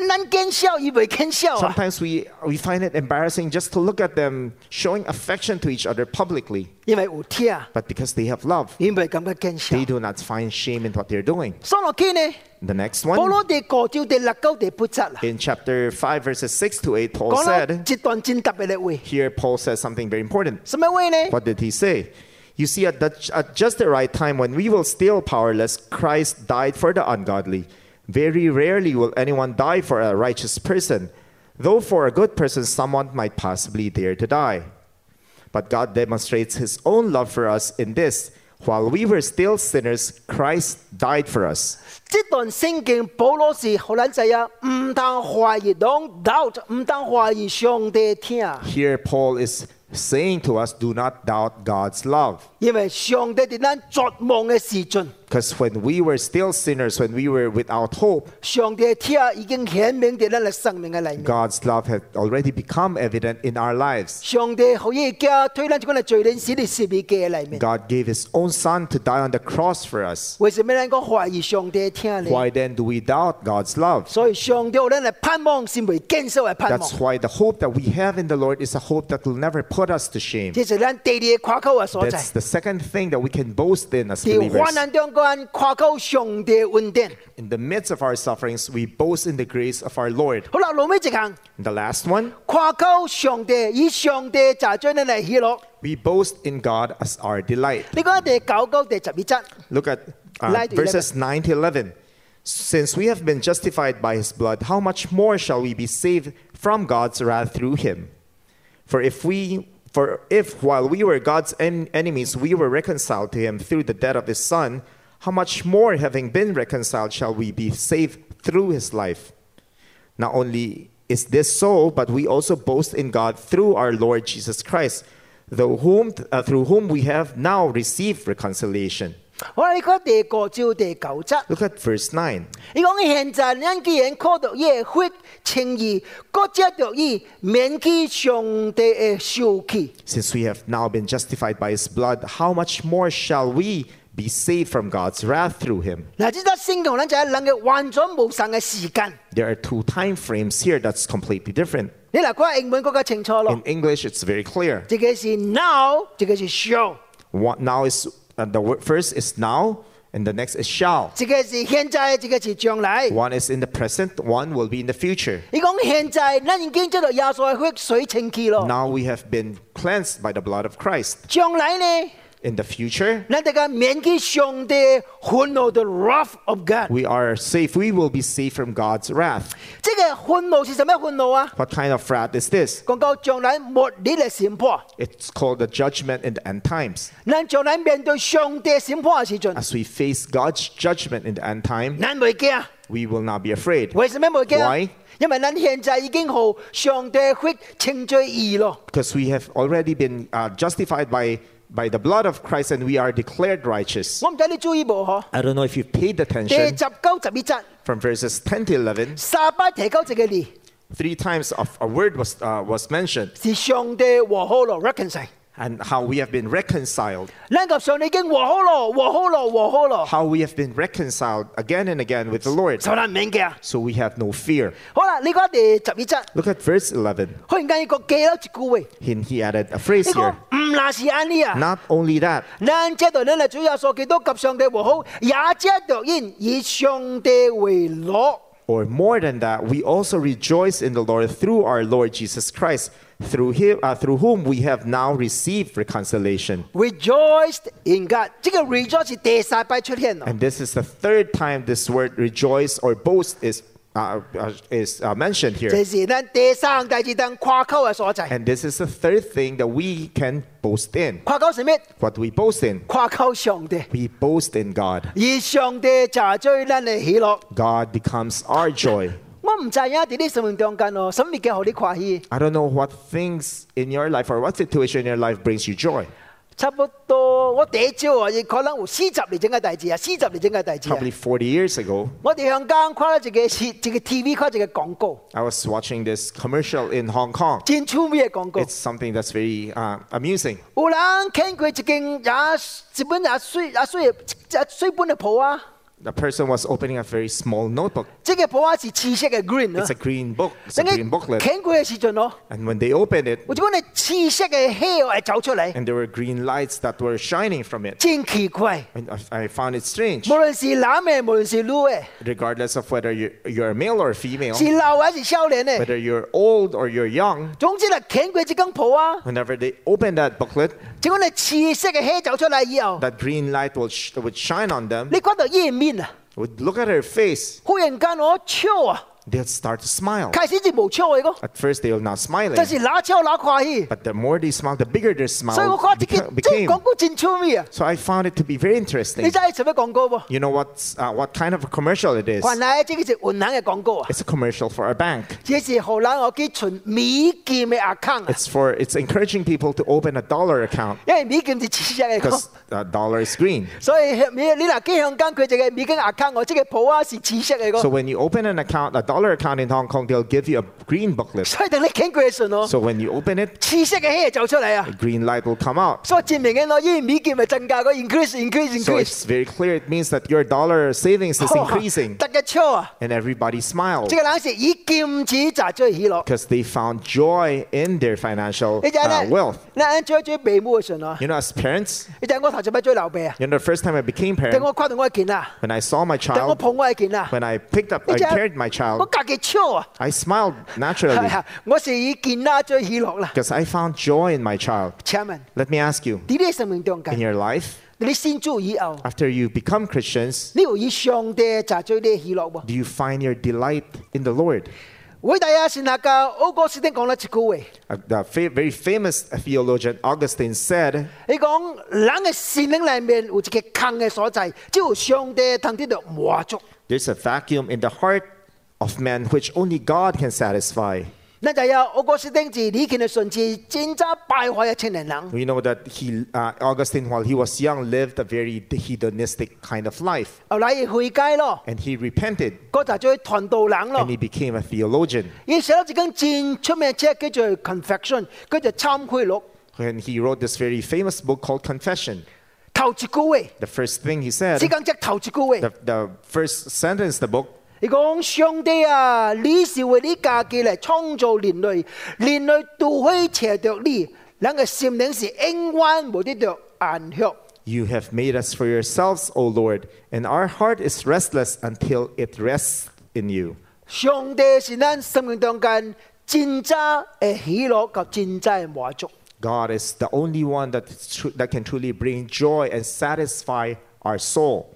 Speaker 1: 咱见笑伊未见笑啊，
Speaker 2: Sometimes we, we find it embarrassing just to look at them showing affection to each other publicly.
Speaker 1: 因为有天，
Speaker 2: But because they have love,
Speaker 1: 伊未感觉见笑
Speaker 2: they。do not find shame in what they're doing.
Speaker 1: 上落去呢，
Speaker 2: The next
Speaker 1: 保
Speaker 2: one,
Speaker 1: 罗第五章第六九第八节啦，
Speaker 2: in chapter 5, verses 6 to 8,
Speaker 1: 讲
Speaker 2: Paul
Speaker 1: 了
Speaker 2: said,
Speaker 1: 一段真特别嘅话，
Speaker 2: Here Paul says something very important.
Speaker 1: 什么话呢？
Speaker 2: What did he say? You see, at, the, at just the right time, when we will still powerless, Christ died for the ungodly. Very rarely will anyone die for a righteous person, though for a good person, someone might possibly dare to die. But God demonstrates his own love for us in this While we were still sinners, Christ died for us.
Speaker 1: 即段聖經保羅是好咱知影，唔當懷疑，don't doubt，唔當懷疑上帝聽，
Speaker 2: Here, Paul is saying to us, do not doubt God's love.
Speaker 1: 因為上帝喺咱絕望嘅時陣，
Speaker 2: Because when we were still sinners, when we were without hope,
Speaker 1: 上帝嘅聽已經顯明喺咱嘅生命嘅裏面。
Speaker 2: God's love had already become evident in our lives.
Speaker 1: 上帝可以加推咱即款嘅罪人死喺十字架嘅裏面。
Speaker 2: God gave his own son to die on the cross for us.
Speaker 1: 為什麼咱講懷疑上帝嘅聽呢？
Speaker 2: Why then do we doubt God's love?
Speaker 1: 所以上帝有咱嘅盼望是未減少嘅盼望
Speaker 2: That's。why the hope that we have in the Lord is a hope that will never put us to shame.
Speaker 1: 這是咱第二個誇口嘅所在。
Speaker 2: That's the second thing that we can boast in as
Speaker 1: 在患
Speaker 2: believers.
Speaker 1: 難中間誇口上帝嘅恩典。
Speaker 2: In the midst of our sufferings, we boast in the grace of our Lord.
Speaker 1: 好啦，落尾一行。
Speaker 2: And the last one,
Speaker 1: 夸口上帝，以上帝就將咱嚟喜樂。
Speaker 2: we boast in God as our delight.
Speaker 1: 你講第九到第十二節，
Speaker 2: Look at uh,
Speaker 1: Light to
Speaker 2: verses 9 to 11. Since we have been justified by his blood, how much more shall we be saved from God's wrath through him? For if we for if while we were God's en- enemies we were reconciled to him through the death of his son, how much more having been reconciled shall we be saved through his life? Not only is this so, but we also boast in God through our Lord Jesus Christ, though whom, uh, through whom we have now received reconciliation.
Speaker 1: 我哋講第個照第九節，
Speaker 2: Look at verse 9.
Speaker 1: 你講現在咱既然靠到耶血稱義，各藉着伊免去上帝嘅受氣。
Speaker 2: Since we have now been justified by his blood, how much more shall we be saved from God's wrath through him?
Speaker 1: 嗱，呢則聖經咱就係人嘅完全無常嘅時間。
Speaker 2: There are two time frames here that's completely different.
Speaker 1: 你嚟講英文更加清楚咯
Speaker 2: In，English, it's very clear.
Speaker 1: 一個是 now，一個是 shall，
Speaker 2: What now is uh, the word first is now, and the next is shall.
Speaker 1: 一個是現在，一個是將來。
Speaker 2: One is in the present, one will be in the future.
Speaker 1: 你講現在，咱已經藉着耶穌嘅血水稱義咯。
Speaker 2: Now we have been cleansed by the blood of Christ.
Speaker 1: 將來呢？
Speaker 2: In the future,
Speaker 1: 咱大家免去上帝憤怒的 wrath of God。
Speaker 2: we are safe. We will be saved from God's wrath.
Speaker 1: 這個憤怒是什麼憤怒啊？
Speaker 2: What kind of wrath is this?
Speaker 1: 講到將來末日嘅審判，
Speaker 2: It's called the judgment in the end times.
Speaker 1: 咱將來面對上帝審判嘅時陣，
Speaker 2: As we face God's judgment in the end time,
Speaker 1: 咱袂驚。
Speaker 2: we will not be afraid.
Speaker 1: 為什麼袂驚
Speaker 2: Why？
Speaker 1: 因為咱現在已經互上帝的血稱罪義咯。
Speaker 2: Because we have already been uh, justified by, by the blood of Christ and we are declared righteous.
Speaker 1: 我唔知你注意無嗬？
Speaker 2: I don't know if you paid
Speaker 1: 第十
Speaker 2: attention
Speaker 1: 九十一節，
Speaker 2: from verses 10 to 11.
Speaker 1: 沙巴提九一個字
Speaker 2: Three times of a word was, uh, was mentioned
Speaker 1: 是上帝和好咯，reconcile。
Speaker 2: and how we have been reconciled.
Speaker 1: 咱及上帝已經和好咯，和好咯，和好咯，
Speaker 2: How we have been reconciled again and again with the Lord.
Speaker 1: 所以咱唔免驚。
Speaker 2: So we have no fear.
Speaker 1: 好啦，你講第十二節。
Speaker 2: Look at verse 11.
Speaker 1: 忽然間一個記咗一句話，
Speaker 2: And he added a phrase
Speaker 1: 呢個
Speaker 2: here.
Speaker 1: 唔那是安尼啊！
Speaker 2: Not only that,
Speaker 1: 咱這代人嚟主耶穌基督及上帝和好，也這着因以上帝為樂。
Speaker 2: Or more than that, we also rejoice in the Lord through our Lord Jesus Christ, through him, uh, through whom we have now received reconciliation.
Speaker 1: Rejoiced in God，這個 rejoice 是第三拜出哦現咯。
Speaker 2: And this is the third time this word rejoice or boast is uh, uh, is uh, mentioned
Speaker 1: 這
Speaker 2: here.
Speaker 1: 是咱第三第二等誇口嘅所在。
Speaker 2: And this is the third thing that we can boast in.
Speaker 1: 誇口是咩？
Speaker 2: What we boast in,
Speaker 1: 誇口上帝，
Speaker 2: we boast in God.
Speaker 1: 而上帝就最咱嘅喜樂。
Speaker 2: God becomes our joy.
Speaker 1: 我唔知影喺你生命中哦間咯，什麼叫互你歡喜？
Speaker 2: I don't know what things in your life or what situation in your life brings you joy.
Speaker 1: 差不多，我第一朝啊，亦可能有四十年整嘅代志啊，四十年整嘅代志啊。
Speaker 2: Probably 40 years ago,
Speaker 1: 我哋向間看咗一個視一個 TV 看咗一個廣告，
Speaker 2: I was watching this commercial in Hong Kong.
Speaker 1: 真趣味嘅廣告。
Speaker 2: It's something that's very uh, amusing.
Speaker 1: 有人見過一間也一本也水也水也水本嘅簿啊，
Speaker 2: The person was opening a very small notebook.
Speaker 1: 這個簿啊是紫色嘅 green 啊
Speaker 2: It's a。green book. It's a
Speaker 1: 等
Speaker 2: green
Speaker 1: 你
Speaker 2: booklet.
Speaker 1: 見過嘅時陣咯，
Speaker 2: And when they opened it,
Speaker 1: 有一本嘅紫色嘅黑係走出嚟，
Speaker 2: and there were green lights that were shining from it,
Speaker 1: 真奇怪。
Speaker 2: and I, I found it strange.
Speaker 1: 無論是男嘅，無論是女嘅，
Speaker 2: Regardless of whether you're, you're male or female,
Speaker 1: 是老還是少年嘅，
Speaker 2: whether you're old or you're young,
Speaker 1: 總之係見過一間簿啊，
Speaker 2: whenever they opened that booklet,
Speaker 1: 這本嘅紫色嘅黑走出嚟以後，
Speaker 2: that green light will sh- would shine on them,
Speaker 1: 你覺到頁面啊，
Speaker 2: would look at her face,
Speaker 1: 忽然間我笑啊，
Speaker 2: they'll start to smile.
Speaker 1: 開始就無笑嘅個，
Speaker 2: At first, they were not smiling,
Speaker 1: 但是哪笑哪歡喜。
Speaker 2: but the more they smiled, the bigger their
Speaker 1: 所以我
Speaker 2: smile
Speaker 1: 覺得呢件
Speaker 2: beca-
Speaker 1: 真係
Speaker 2: became.
Speaker 1: 廣告真趣味啊！
Speaker 2: So I found it to be very
Speaker 1: 你
Speaker 2: interesting.
Speaker 1: 真係做咩廣告喎？
Speaker 2: You know what, uh, what kind of a commercial it is?
Speaker 1: 原來呢個是雲南嘅廣告啊！
Speaker 2: It's a commercial for a bank.
Speaker 1: 這是荷蘭我記存美金嘅 account 啊，
Speaker 2: It's for it's encouraging people to open a dollar account
Speaker 1: 因為美金是黐線嘅個，
Speaker 2: because uh, dollar is green.
Speaker 1: 所以美你嗱機向間佢哋嘅美金 account 我即係普啊是紫色嘅個
Speaker 2: So，when you open an account, a dollar account in Hong Kong, they'll give you a green booklet.
Speaker 1: 所以等你傾佢嘅信咯，
Speaker 2: So when you open it,
Speaker 1: 紫色嘅嘢就出嚟啊！
Speaker 2: green light will come out.
Speaker 1: 所以證明嘅咯，因為美金咪增加個 increase increase
Speaker 2: So
Speaker 1: increase，
Speaker 2: it's very clear. It means that your dollar savings is
Speaker 1: 哇
Speaker 2: increasing,
Speaker 1: 得嘅超啊！
Speaker 2: and everybody smiles
Speaker 1: 即係冷時以劍指砸出喜樂，
Speaker 2: because they found joy in their financial
Speaker 1: 你就
Speaker 2: uh,
Speaker 1: 係咧
Speaker 2: wealth.，
Speaker 1: 你啱追追鼻毛嘅信啊！
Speaker 2: You know, as parents,
Speaker 1: 你就係我頭先咪追流鼻啊！
Speaker 2: you know, the first time I
Speaker 1: 定
Speaker 2: became parent,
Speaker 1: 我跨到我嘅件啊！
Speaker 2: when I saw my
Speaker 1: 定我
Speaker 2: child,
Speaker 1: 捧我嘅件啊！
Speaker 2: when I picked up,
Speaker 1: 你
Speaker 2: I
Speaker 1: 就係
Speaker 2: carried my
Speaker 1: 我
Speaker 2: child,
Speaker 1: 隔嘅超啊！
Speaker 2: I smiled
Speaker 1: 係
Speaker 2: naturally
Speaker 1: 啊，我是以健啦最喜樂啦。
Speaker 2: because I found joy in my child.
Speaker 1: 請問呢
Speaker 2: Let me ask you,
Speaker 1: 啲生命當
Speaker 2: in
Speaker 1: 中，
Speaker 2: your life,
Speaker 1: 你先做以後，
Speaker 2: after you become Christians,
Speaker 1: 你會以上帝就最啲喜樂喎。
Speaker 2: do you find your delight in the Lord?
Speaker 1: 偉大啊，神學家歐哥斯丁講咗一句
Speaker 2: Uh, The fa- very famous theologian Augustine said,
Speaker 1: 話，你講人嘅善靈裏面有一個坑嘅所在，只有上帝通啲度滿足。
Speaker 2: There's a vacuum in the heart of man which only God can satisfy.
Speaker 1: 那就有歐哥斯丁自呢件嘅順治戰爭敗壞嘅青年人，
Speaker 2: We know that he, uh, Augustine, while he was young, lived a very hedonistic kind of life.
Speaker 1: 後來佢悔改咯，
Speaker 2: And he repented
Speaker 1: 嗰就做傳道人咯
Speaker 2: and。he became a theologian.
Speaker 1: 而寫咗一間戰出名嘅書叫做《Confession》，叫做《懺悔錄》。
Speaker 2: And he wrote this very famous book called Confession.
Speaker 1: 頭一句話，
Speaker 2: The first thing he said,
Speaker 1: 只講只頭一句話
Speaker 2: the,。the first sentence in the book
Speaker 1: 你講上帝啊，你是為你家己嚟創造人類，人類都可以邪着你，人嘅心靈是永遠冇得着安息。
Speaker 2: You have made us for yourselves, O Lord, and our heart is restless until it rests in you.
Speaker 1: 上帝是咱生命中間真正嘅喜樂及真正嘅滿足。
Speaker 2: God is the only one that, is tru- that can truly bring joy and satisfy our soul.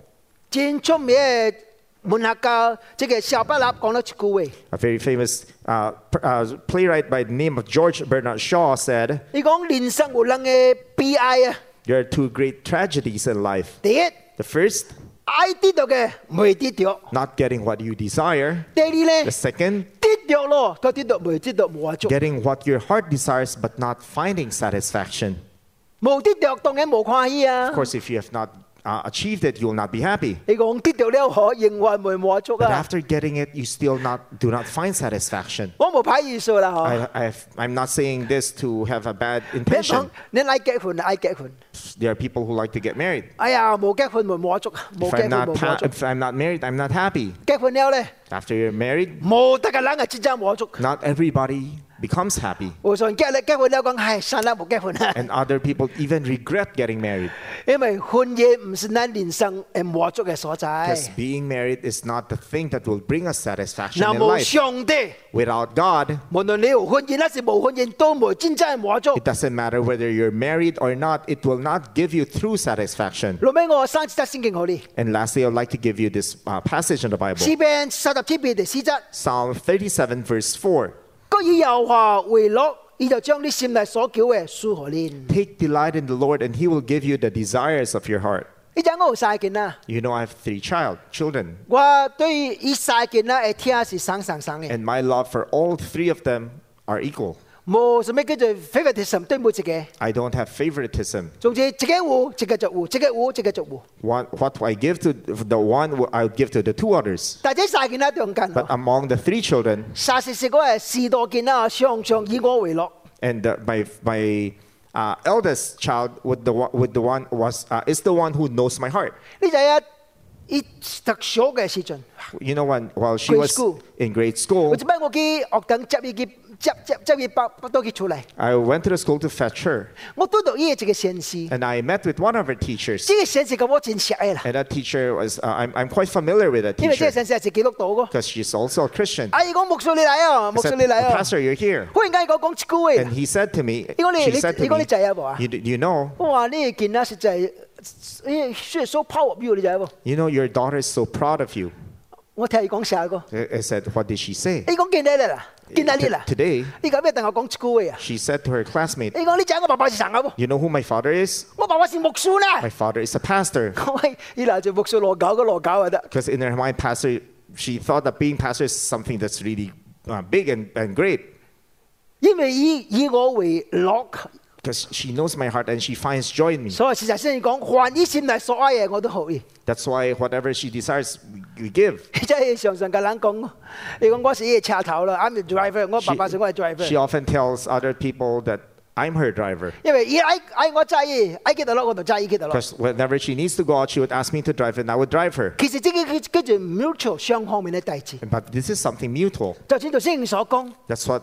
Speaker 1: 真出名嘅文學家，即係小巴納講咗一句話。
Speaker 2: A very famous uh, pr- uh, playwright by the name of George Bernard Shaw said,
Speaker 1: 你講人生有人嘅悲哀啊，
Speaker 2: There are two great tragedies in life.
Speaker 1: 第一。
Speaker 2: The first,
Speaker 1: 爱得到嘅未得到，
Speaker 2: not getting what you desire.
Speaker 1: 第二咧
Speaker 2: The second,
Speaker 1: 得到咯，佢得到未得到冇足，
Speaker 2: getting what your heart desires but not finding satisfaction.
Speaker 1: 冇得到當然冇歡喜啊
Speaker 2: Of。course, if you have not uh, achieved it, you will not be happy.
Speaker 1: 你講得到了可仍然未滿足
Speaker 2: But
Speaker 1: 啊！
Speaker 2: after getting it, you still not do not find satisfaction.
Speaker 1: 我冇牌意思啦嗬。
Speaker 2: I, I've, I'm not saying this to have a bad
Speaker 1: 你講
Speaker 2: intention.
Speaker 1: 你愛結婚，愛結婚。
Speaker 2: There are people who like to get married.
Speaker 1: 哎呀，冇結婚冇滿足，冇
Speaker 2: If
Speaker 1: 結
Speaker 2: I'm
Speaker 1: 婚
Speaker 2: not,
Speaker 1: 冇
Speaker 2: ha-
Speaker 1: 滿足。
Speaker 2: if I'm not married, I'm not happy.
Speaker 1: 結婚了咧，
Speaker 2: After you're married,
Speaker 1: 冇得嘅人係真正滿足。
Speaker 2: not everybody becomes happy,
Speaker 1: 我想結咧結婚了講，唉，算啦冇結婚啦，
Speaker 2: and other people even regret getting married
Speaker 1: 因為婚姻唔是咱人生嘅滿足嘅所在。
Speaker 2: because being married is not the thing that will bring us satisfaction
Speaker 1: 嗱，
Speaker 2: in
Speaker 1: 冇
Speaker 2: life.
Speaker 1: 上帝，
Speaker 2: Without God,
Speaker 1: 無論你有婚姻還是冇婚姻，都冇真正嘅滿足
Speaker 2: it。doesn't matter whether you're married or not. It will not give you true satisfaction.
Speaker 1: 老尾我生節則先敬好你，
Speaker 2: And lastly, I'd like to give you this uh, passage in the Bible.
Speaker 1: 詩篇三十七篇第四節，
Speaker 2: Psalm 37, verse 4.
Speaker 1: 居以柔和為樂，你就將你心內所繳嘅輸何念。
Speaker 2: Take delight in the Lord, and He will give you the desires of your heart.
Speaker 1: 呢陣我有晒件啦，
Speaker 2: You know, I have three child children,
Speaker 1: 我對呢晒件啦誒聽是省省省嘅，
Speaker 2: and my love for all three of them are equal.
Speaker 1: 冇什麼叫做 favoritism 對每一個。
Speaker 2: I don't have favoritism.
Speaker 1: 總之，一個有，一個就有，一個有，一個就有。
Speaker 2: One, what I give to the one, I'll give to the two others.
Speaker 1: 但係呢晒件啦中間，
Speaker 2: But among the three children,
Speaker 1: 實實是嗰係士多件啦，常常以我為樂。
Speaker 2: and uh, my my uh, eldest child with the one- with the one was uh, is the one who knows my heart.
Speaker 1: 呢陣一呢特殊嘅事情，
Speaker 2: You know, when while she
Speaker 1: Grade
Speaker 2: was
Speaker 1: school.
Speaker 2: in grade school,
Speaker 1: 我做咩我去學堂執呢件執執執呢包包多佢出嚟。
Speaker 2: I went to the school to fetch her,
Speaker 1: 我都讀呢一個城市，呢
Speaker 2: and I met with one of her teachers.
Speaker 1: 個城市嘅我真識嘅啦，
Speaker 2: And that teacher was, uh, I'm, I'm quite familiar with that
Speaker 1: 因為呢個
Speaker 2: teacher
Speaker 1: 城市係基督徒嘅。
Speaker 2: because she's also a Christian.
Speaker 1: 阿姨講牧師你嚟啊，
Speaker 2: I
Speaker 1: 牧
Speaker 2: said,
Speaker 1: 師你嚟啊！
Speaker 2: Pastor, you're here.
Speaker 1: 忽然間佢講一句
Speaker 2: And
Speaker 1: 話，
Speaker 2: he said to me,
Speaker 1: You only-
Speaker 2: she said to
Speaker 1: you only try,
Speaker 2: me,
Speaker 1: yeah,
Speaker 2: you, d- you know,
Speaker 1: 我話呢件啊實在，呢 s o power of you 你就係喎，
Speaker 2: you know, your daughter is so proud of you.
Speaker 1: 我聽你講成個，
Speaker 2: I I said, What did she say?
Speaker 1: 你講見你啦，見你呢啦，
Speaker 2: T- today,
Speaker 1: 你講咩？等我講一句話啊！
Speaker 2: she said to her classmate,
Speaker 1: 你講你仔我爸爸是神啊喎，
Speaker 2: You know who my father is?
Speaker 1: 我爸爸是牧師咧
Speaker 2: My。father is a pastor.
Speaker 1: 喂，你嗱就牧師羅搞個羅搞就得。
Speaker 2: Because in her mind, pastor, she thought that being pastor is something that's really uh, big and, and great.
Speaker 1: 因為以以我為樂，
Speaker 2: Because she knows my heart and she finds joy in me.
Speaker 1: 所以事實先講，還以善嚟所有嘢我都可以。
Speaker 2: That's why whatever she desires, we- we give.
Speaker 1: 即係常常夾硬講，你講嗰時嘢車頭啦，I'm the driver，我
Speaker 2: She,
Speaker 1: 爸爸是我係 driver。
Speaker 2: she often tells other people that I'm her driver.
Speaker 1: 因為依喺喺哎我揸，喺幾度落我就揸，喺幾度落。
Speaker 2: Because whenever she needs to go out, she would ask me to drive and I would drive her.
Speaker 1: 其實即係跟住 mutual 雙方面嘅弟子，
Speaker 2: But this is something mutual.
Speaker 1: 就算頭先你所講，
Speaker 2: That's what's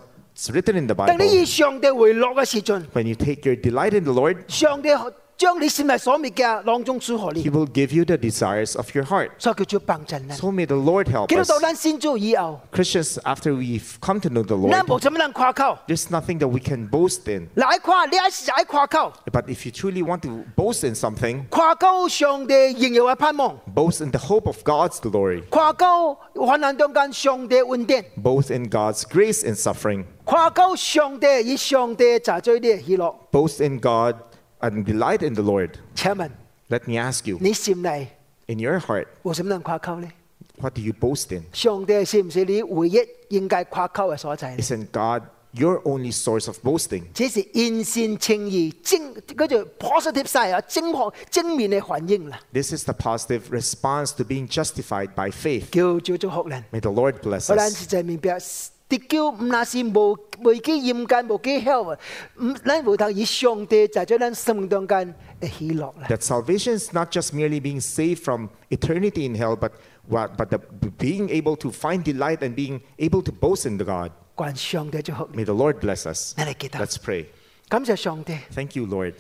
Speaker 2: written in the
Speaker 1: 當你
Speaker 2: Bible.
Speaker 1: 以上帝回落嘅時陣，
Speaker 2: When you take your delight in the Lord,
Speaker 1: 上帝將你善物所滅嘅囊中主何
Speaker 2: He
Speaker 1: 年，
Speaker 2: will give you the desires of your heart.
Speaker 1: 所以叫做棒陣啦。
Speaker 2: So may the Lord help
Speaker 1: 基督
Speaker 2: us.
Speaker 1: 徒咱先做以後，
Speaker 2: Christians, after we've come to know the
Speaker 1: 你
Speaker 2: Lord,
Speaker 1: 冇怎麼能誇口，
Speaker 2: there's nothing that we can boast in.
Speaker 1: 你喺誇，你喺實喺誇口，
Speaker 2: But if you truly want to boast in something,
Speaker 1: 誇口上帝仍有嘅盼望，
Speaker 2: boast in the hope of God's glory,
Speaker 1: 誇口患難中間上帝恩典。
Speaker 2: boast in God's grace in suffering,
Speaker 1: 跨高上帝以上帝查追呢喜樂。
Speaker 2: boast in God and delight in the Lord.
Speaker 1: 請問
Speaker 2: Let me ask you,
Speaker 1: 你善嚟
Speaker 2: in your heart,
Speaker 1: 和什麼能跨溝呢？
Speaker 2: what do you boast in?
Speaker 1: 上帝是唔是你唯一應該跨溝嘅所在呢？
Speaker 2: Isn't God your only source of boasting?
Speaker 1: 這是完善情義正嗰條 positive side 啊，正確正面嘅反應啦，
Speaker 2: This is the positive response to being justified by faith.
Speaker 1: 叫做做學人。
Speaker 2: May the Lord bless
Speaker 1: 我哋
Speaker 2: us.
Speaker 1: 實在明白，跌跤唔那是無未幾嚴謹，無幾 help 啊，唔咱無能以上帝查追咱生命中間嘅喜樂啦。
Speaker 2: That salvation is not just merely being saved from eternity in hell, but, what, but the, being able to find delight and being able to boast in the God.
Speaker 1: 關上帝做學人，
Speaker 2: May the Lord bless us.
Speaker 1: 我哋記得，
Speaker 2: Let's pray.
Speaker 1: 感謝上帝。
Speaker 2: Thank you, Lord.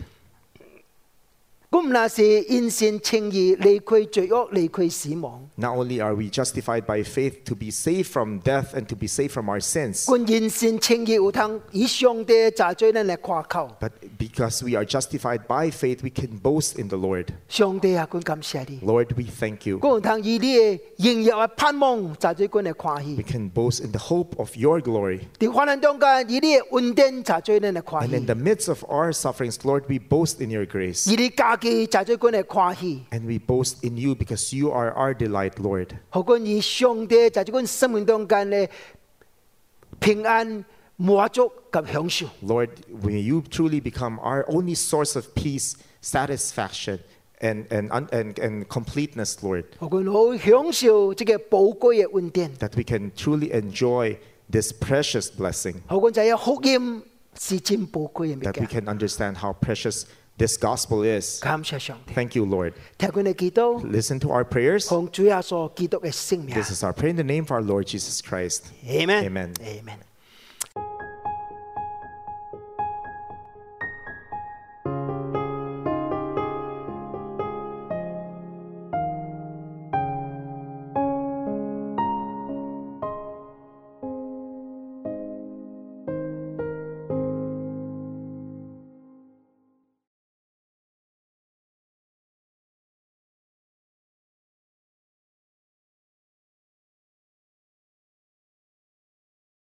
Speaker 1: 咁那是現善稱義，離佢罪惡，離佢死亡。
Speaker 2: Not only are we justified by faith to be saved from death and to be saved from our sins,
Speaker 1: 觀現善稱義有通以上帝查罪咱嚟誇口。
Speaker 2: but because we are justified by faith, we can boast in the Lord.
Speaker 1: 上帝啊，觀感謝你。
Speaker 2: Lord, we thank you.
Speaker 1: 觀通以你嘅榮耀嘅盼望查罪觀嚟誇
Speaker 2: We
Speaker 1: 喜。
Speaker 2: can boast in the hope of your glory.
Speaker 1: 在患難中間，以你嘅恩典查罪咱嚟
Speaker 2: And
Speaker 1: 誇
Speaker 2: in the midst of our sufferings, Lord, we boast in your grace.
Speaker 1: 喜。以你家己查罪觀嚟誇喜。
Speaker 2: And we boast in you because you are our delight, Lord.
Speaker 1: 何觀以上帝查罪觀生命中間嘅平安、滿足及享受。
Speaker 2: Lord, may you truly become our only source of peace, satisfaction, and, and, un- and, and completeness, Lord,
Speaker 1: 何觀好享受這個寶貴嘅恩典。
Speaker 2: that we can truly enjoy this precious blessing,
Speaker 1: 好管仔啊，福音是真寶貴嘅物
Speaker 2: that
Speaker 1: 件，
Speaker 2: we can understand how precious this gospel is.
Speaker 1: 感謝上帝。
Speaker 2: Thank you, Lord.
Speaker 1: 聽佢哋祈禱，
Speaker 2: Listen to our prayers.
Speaker 1: Oh, 奉主耶穌基督嘅聖名。
Speaker 2: This is our prayer in the name of our Lord Jesus Christ.
Speaker 1: Amen.
Speaker 2: Amen.
Speaker 1: Amen.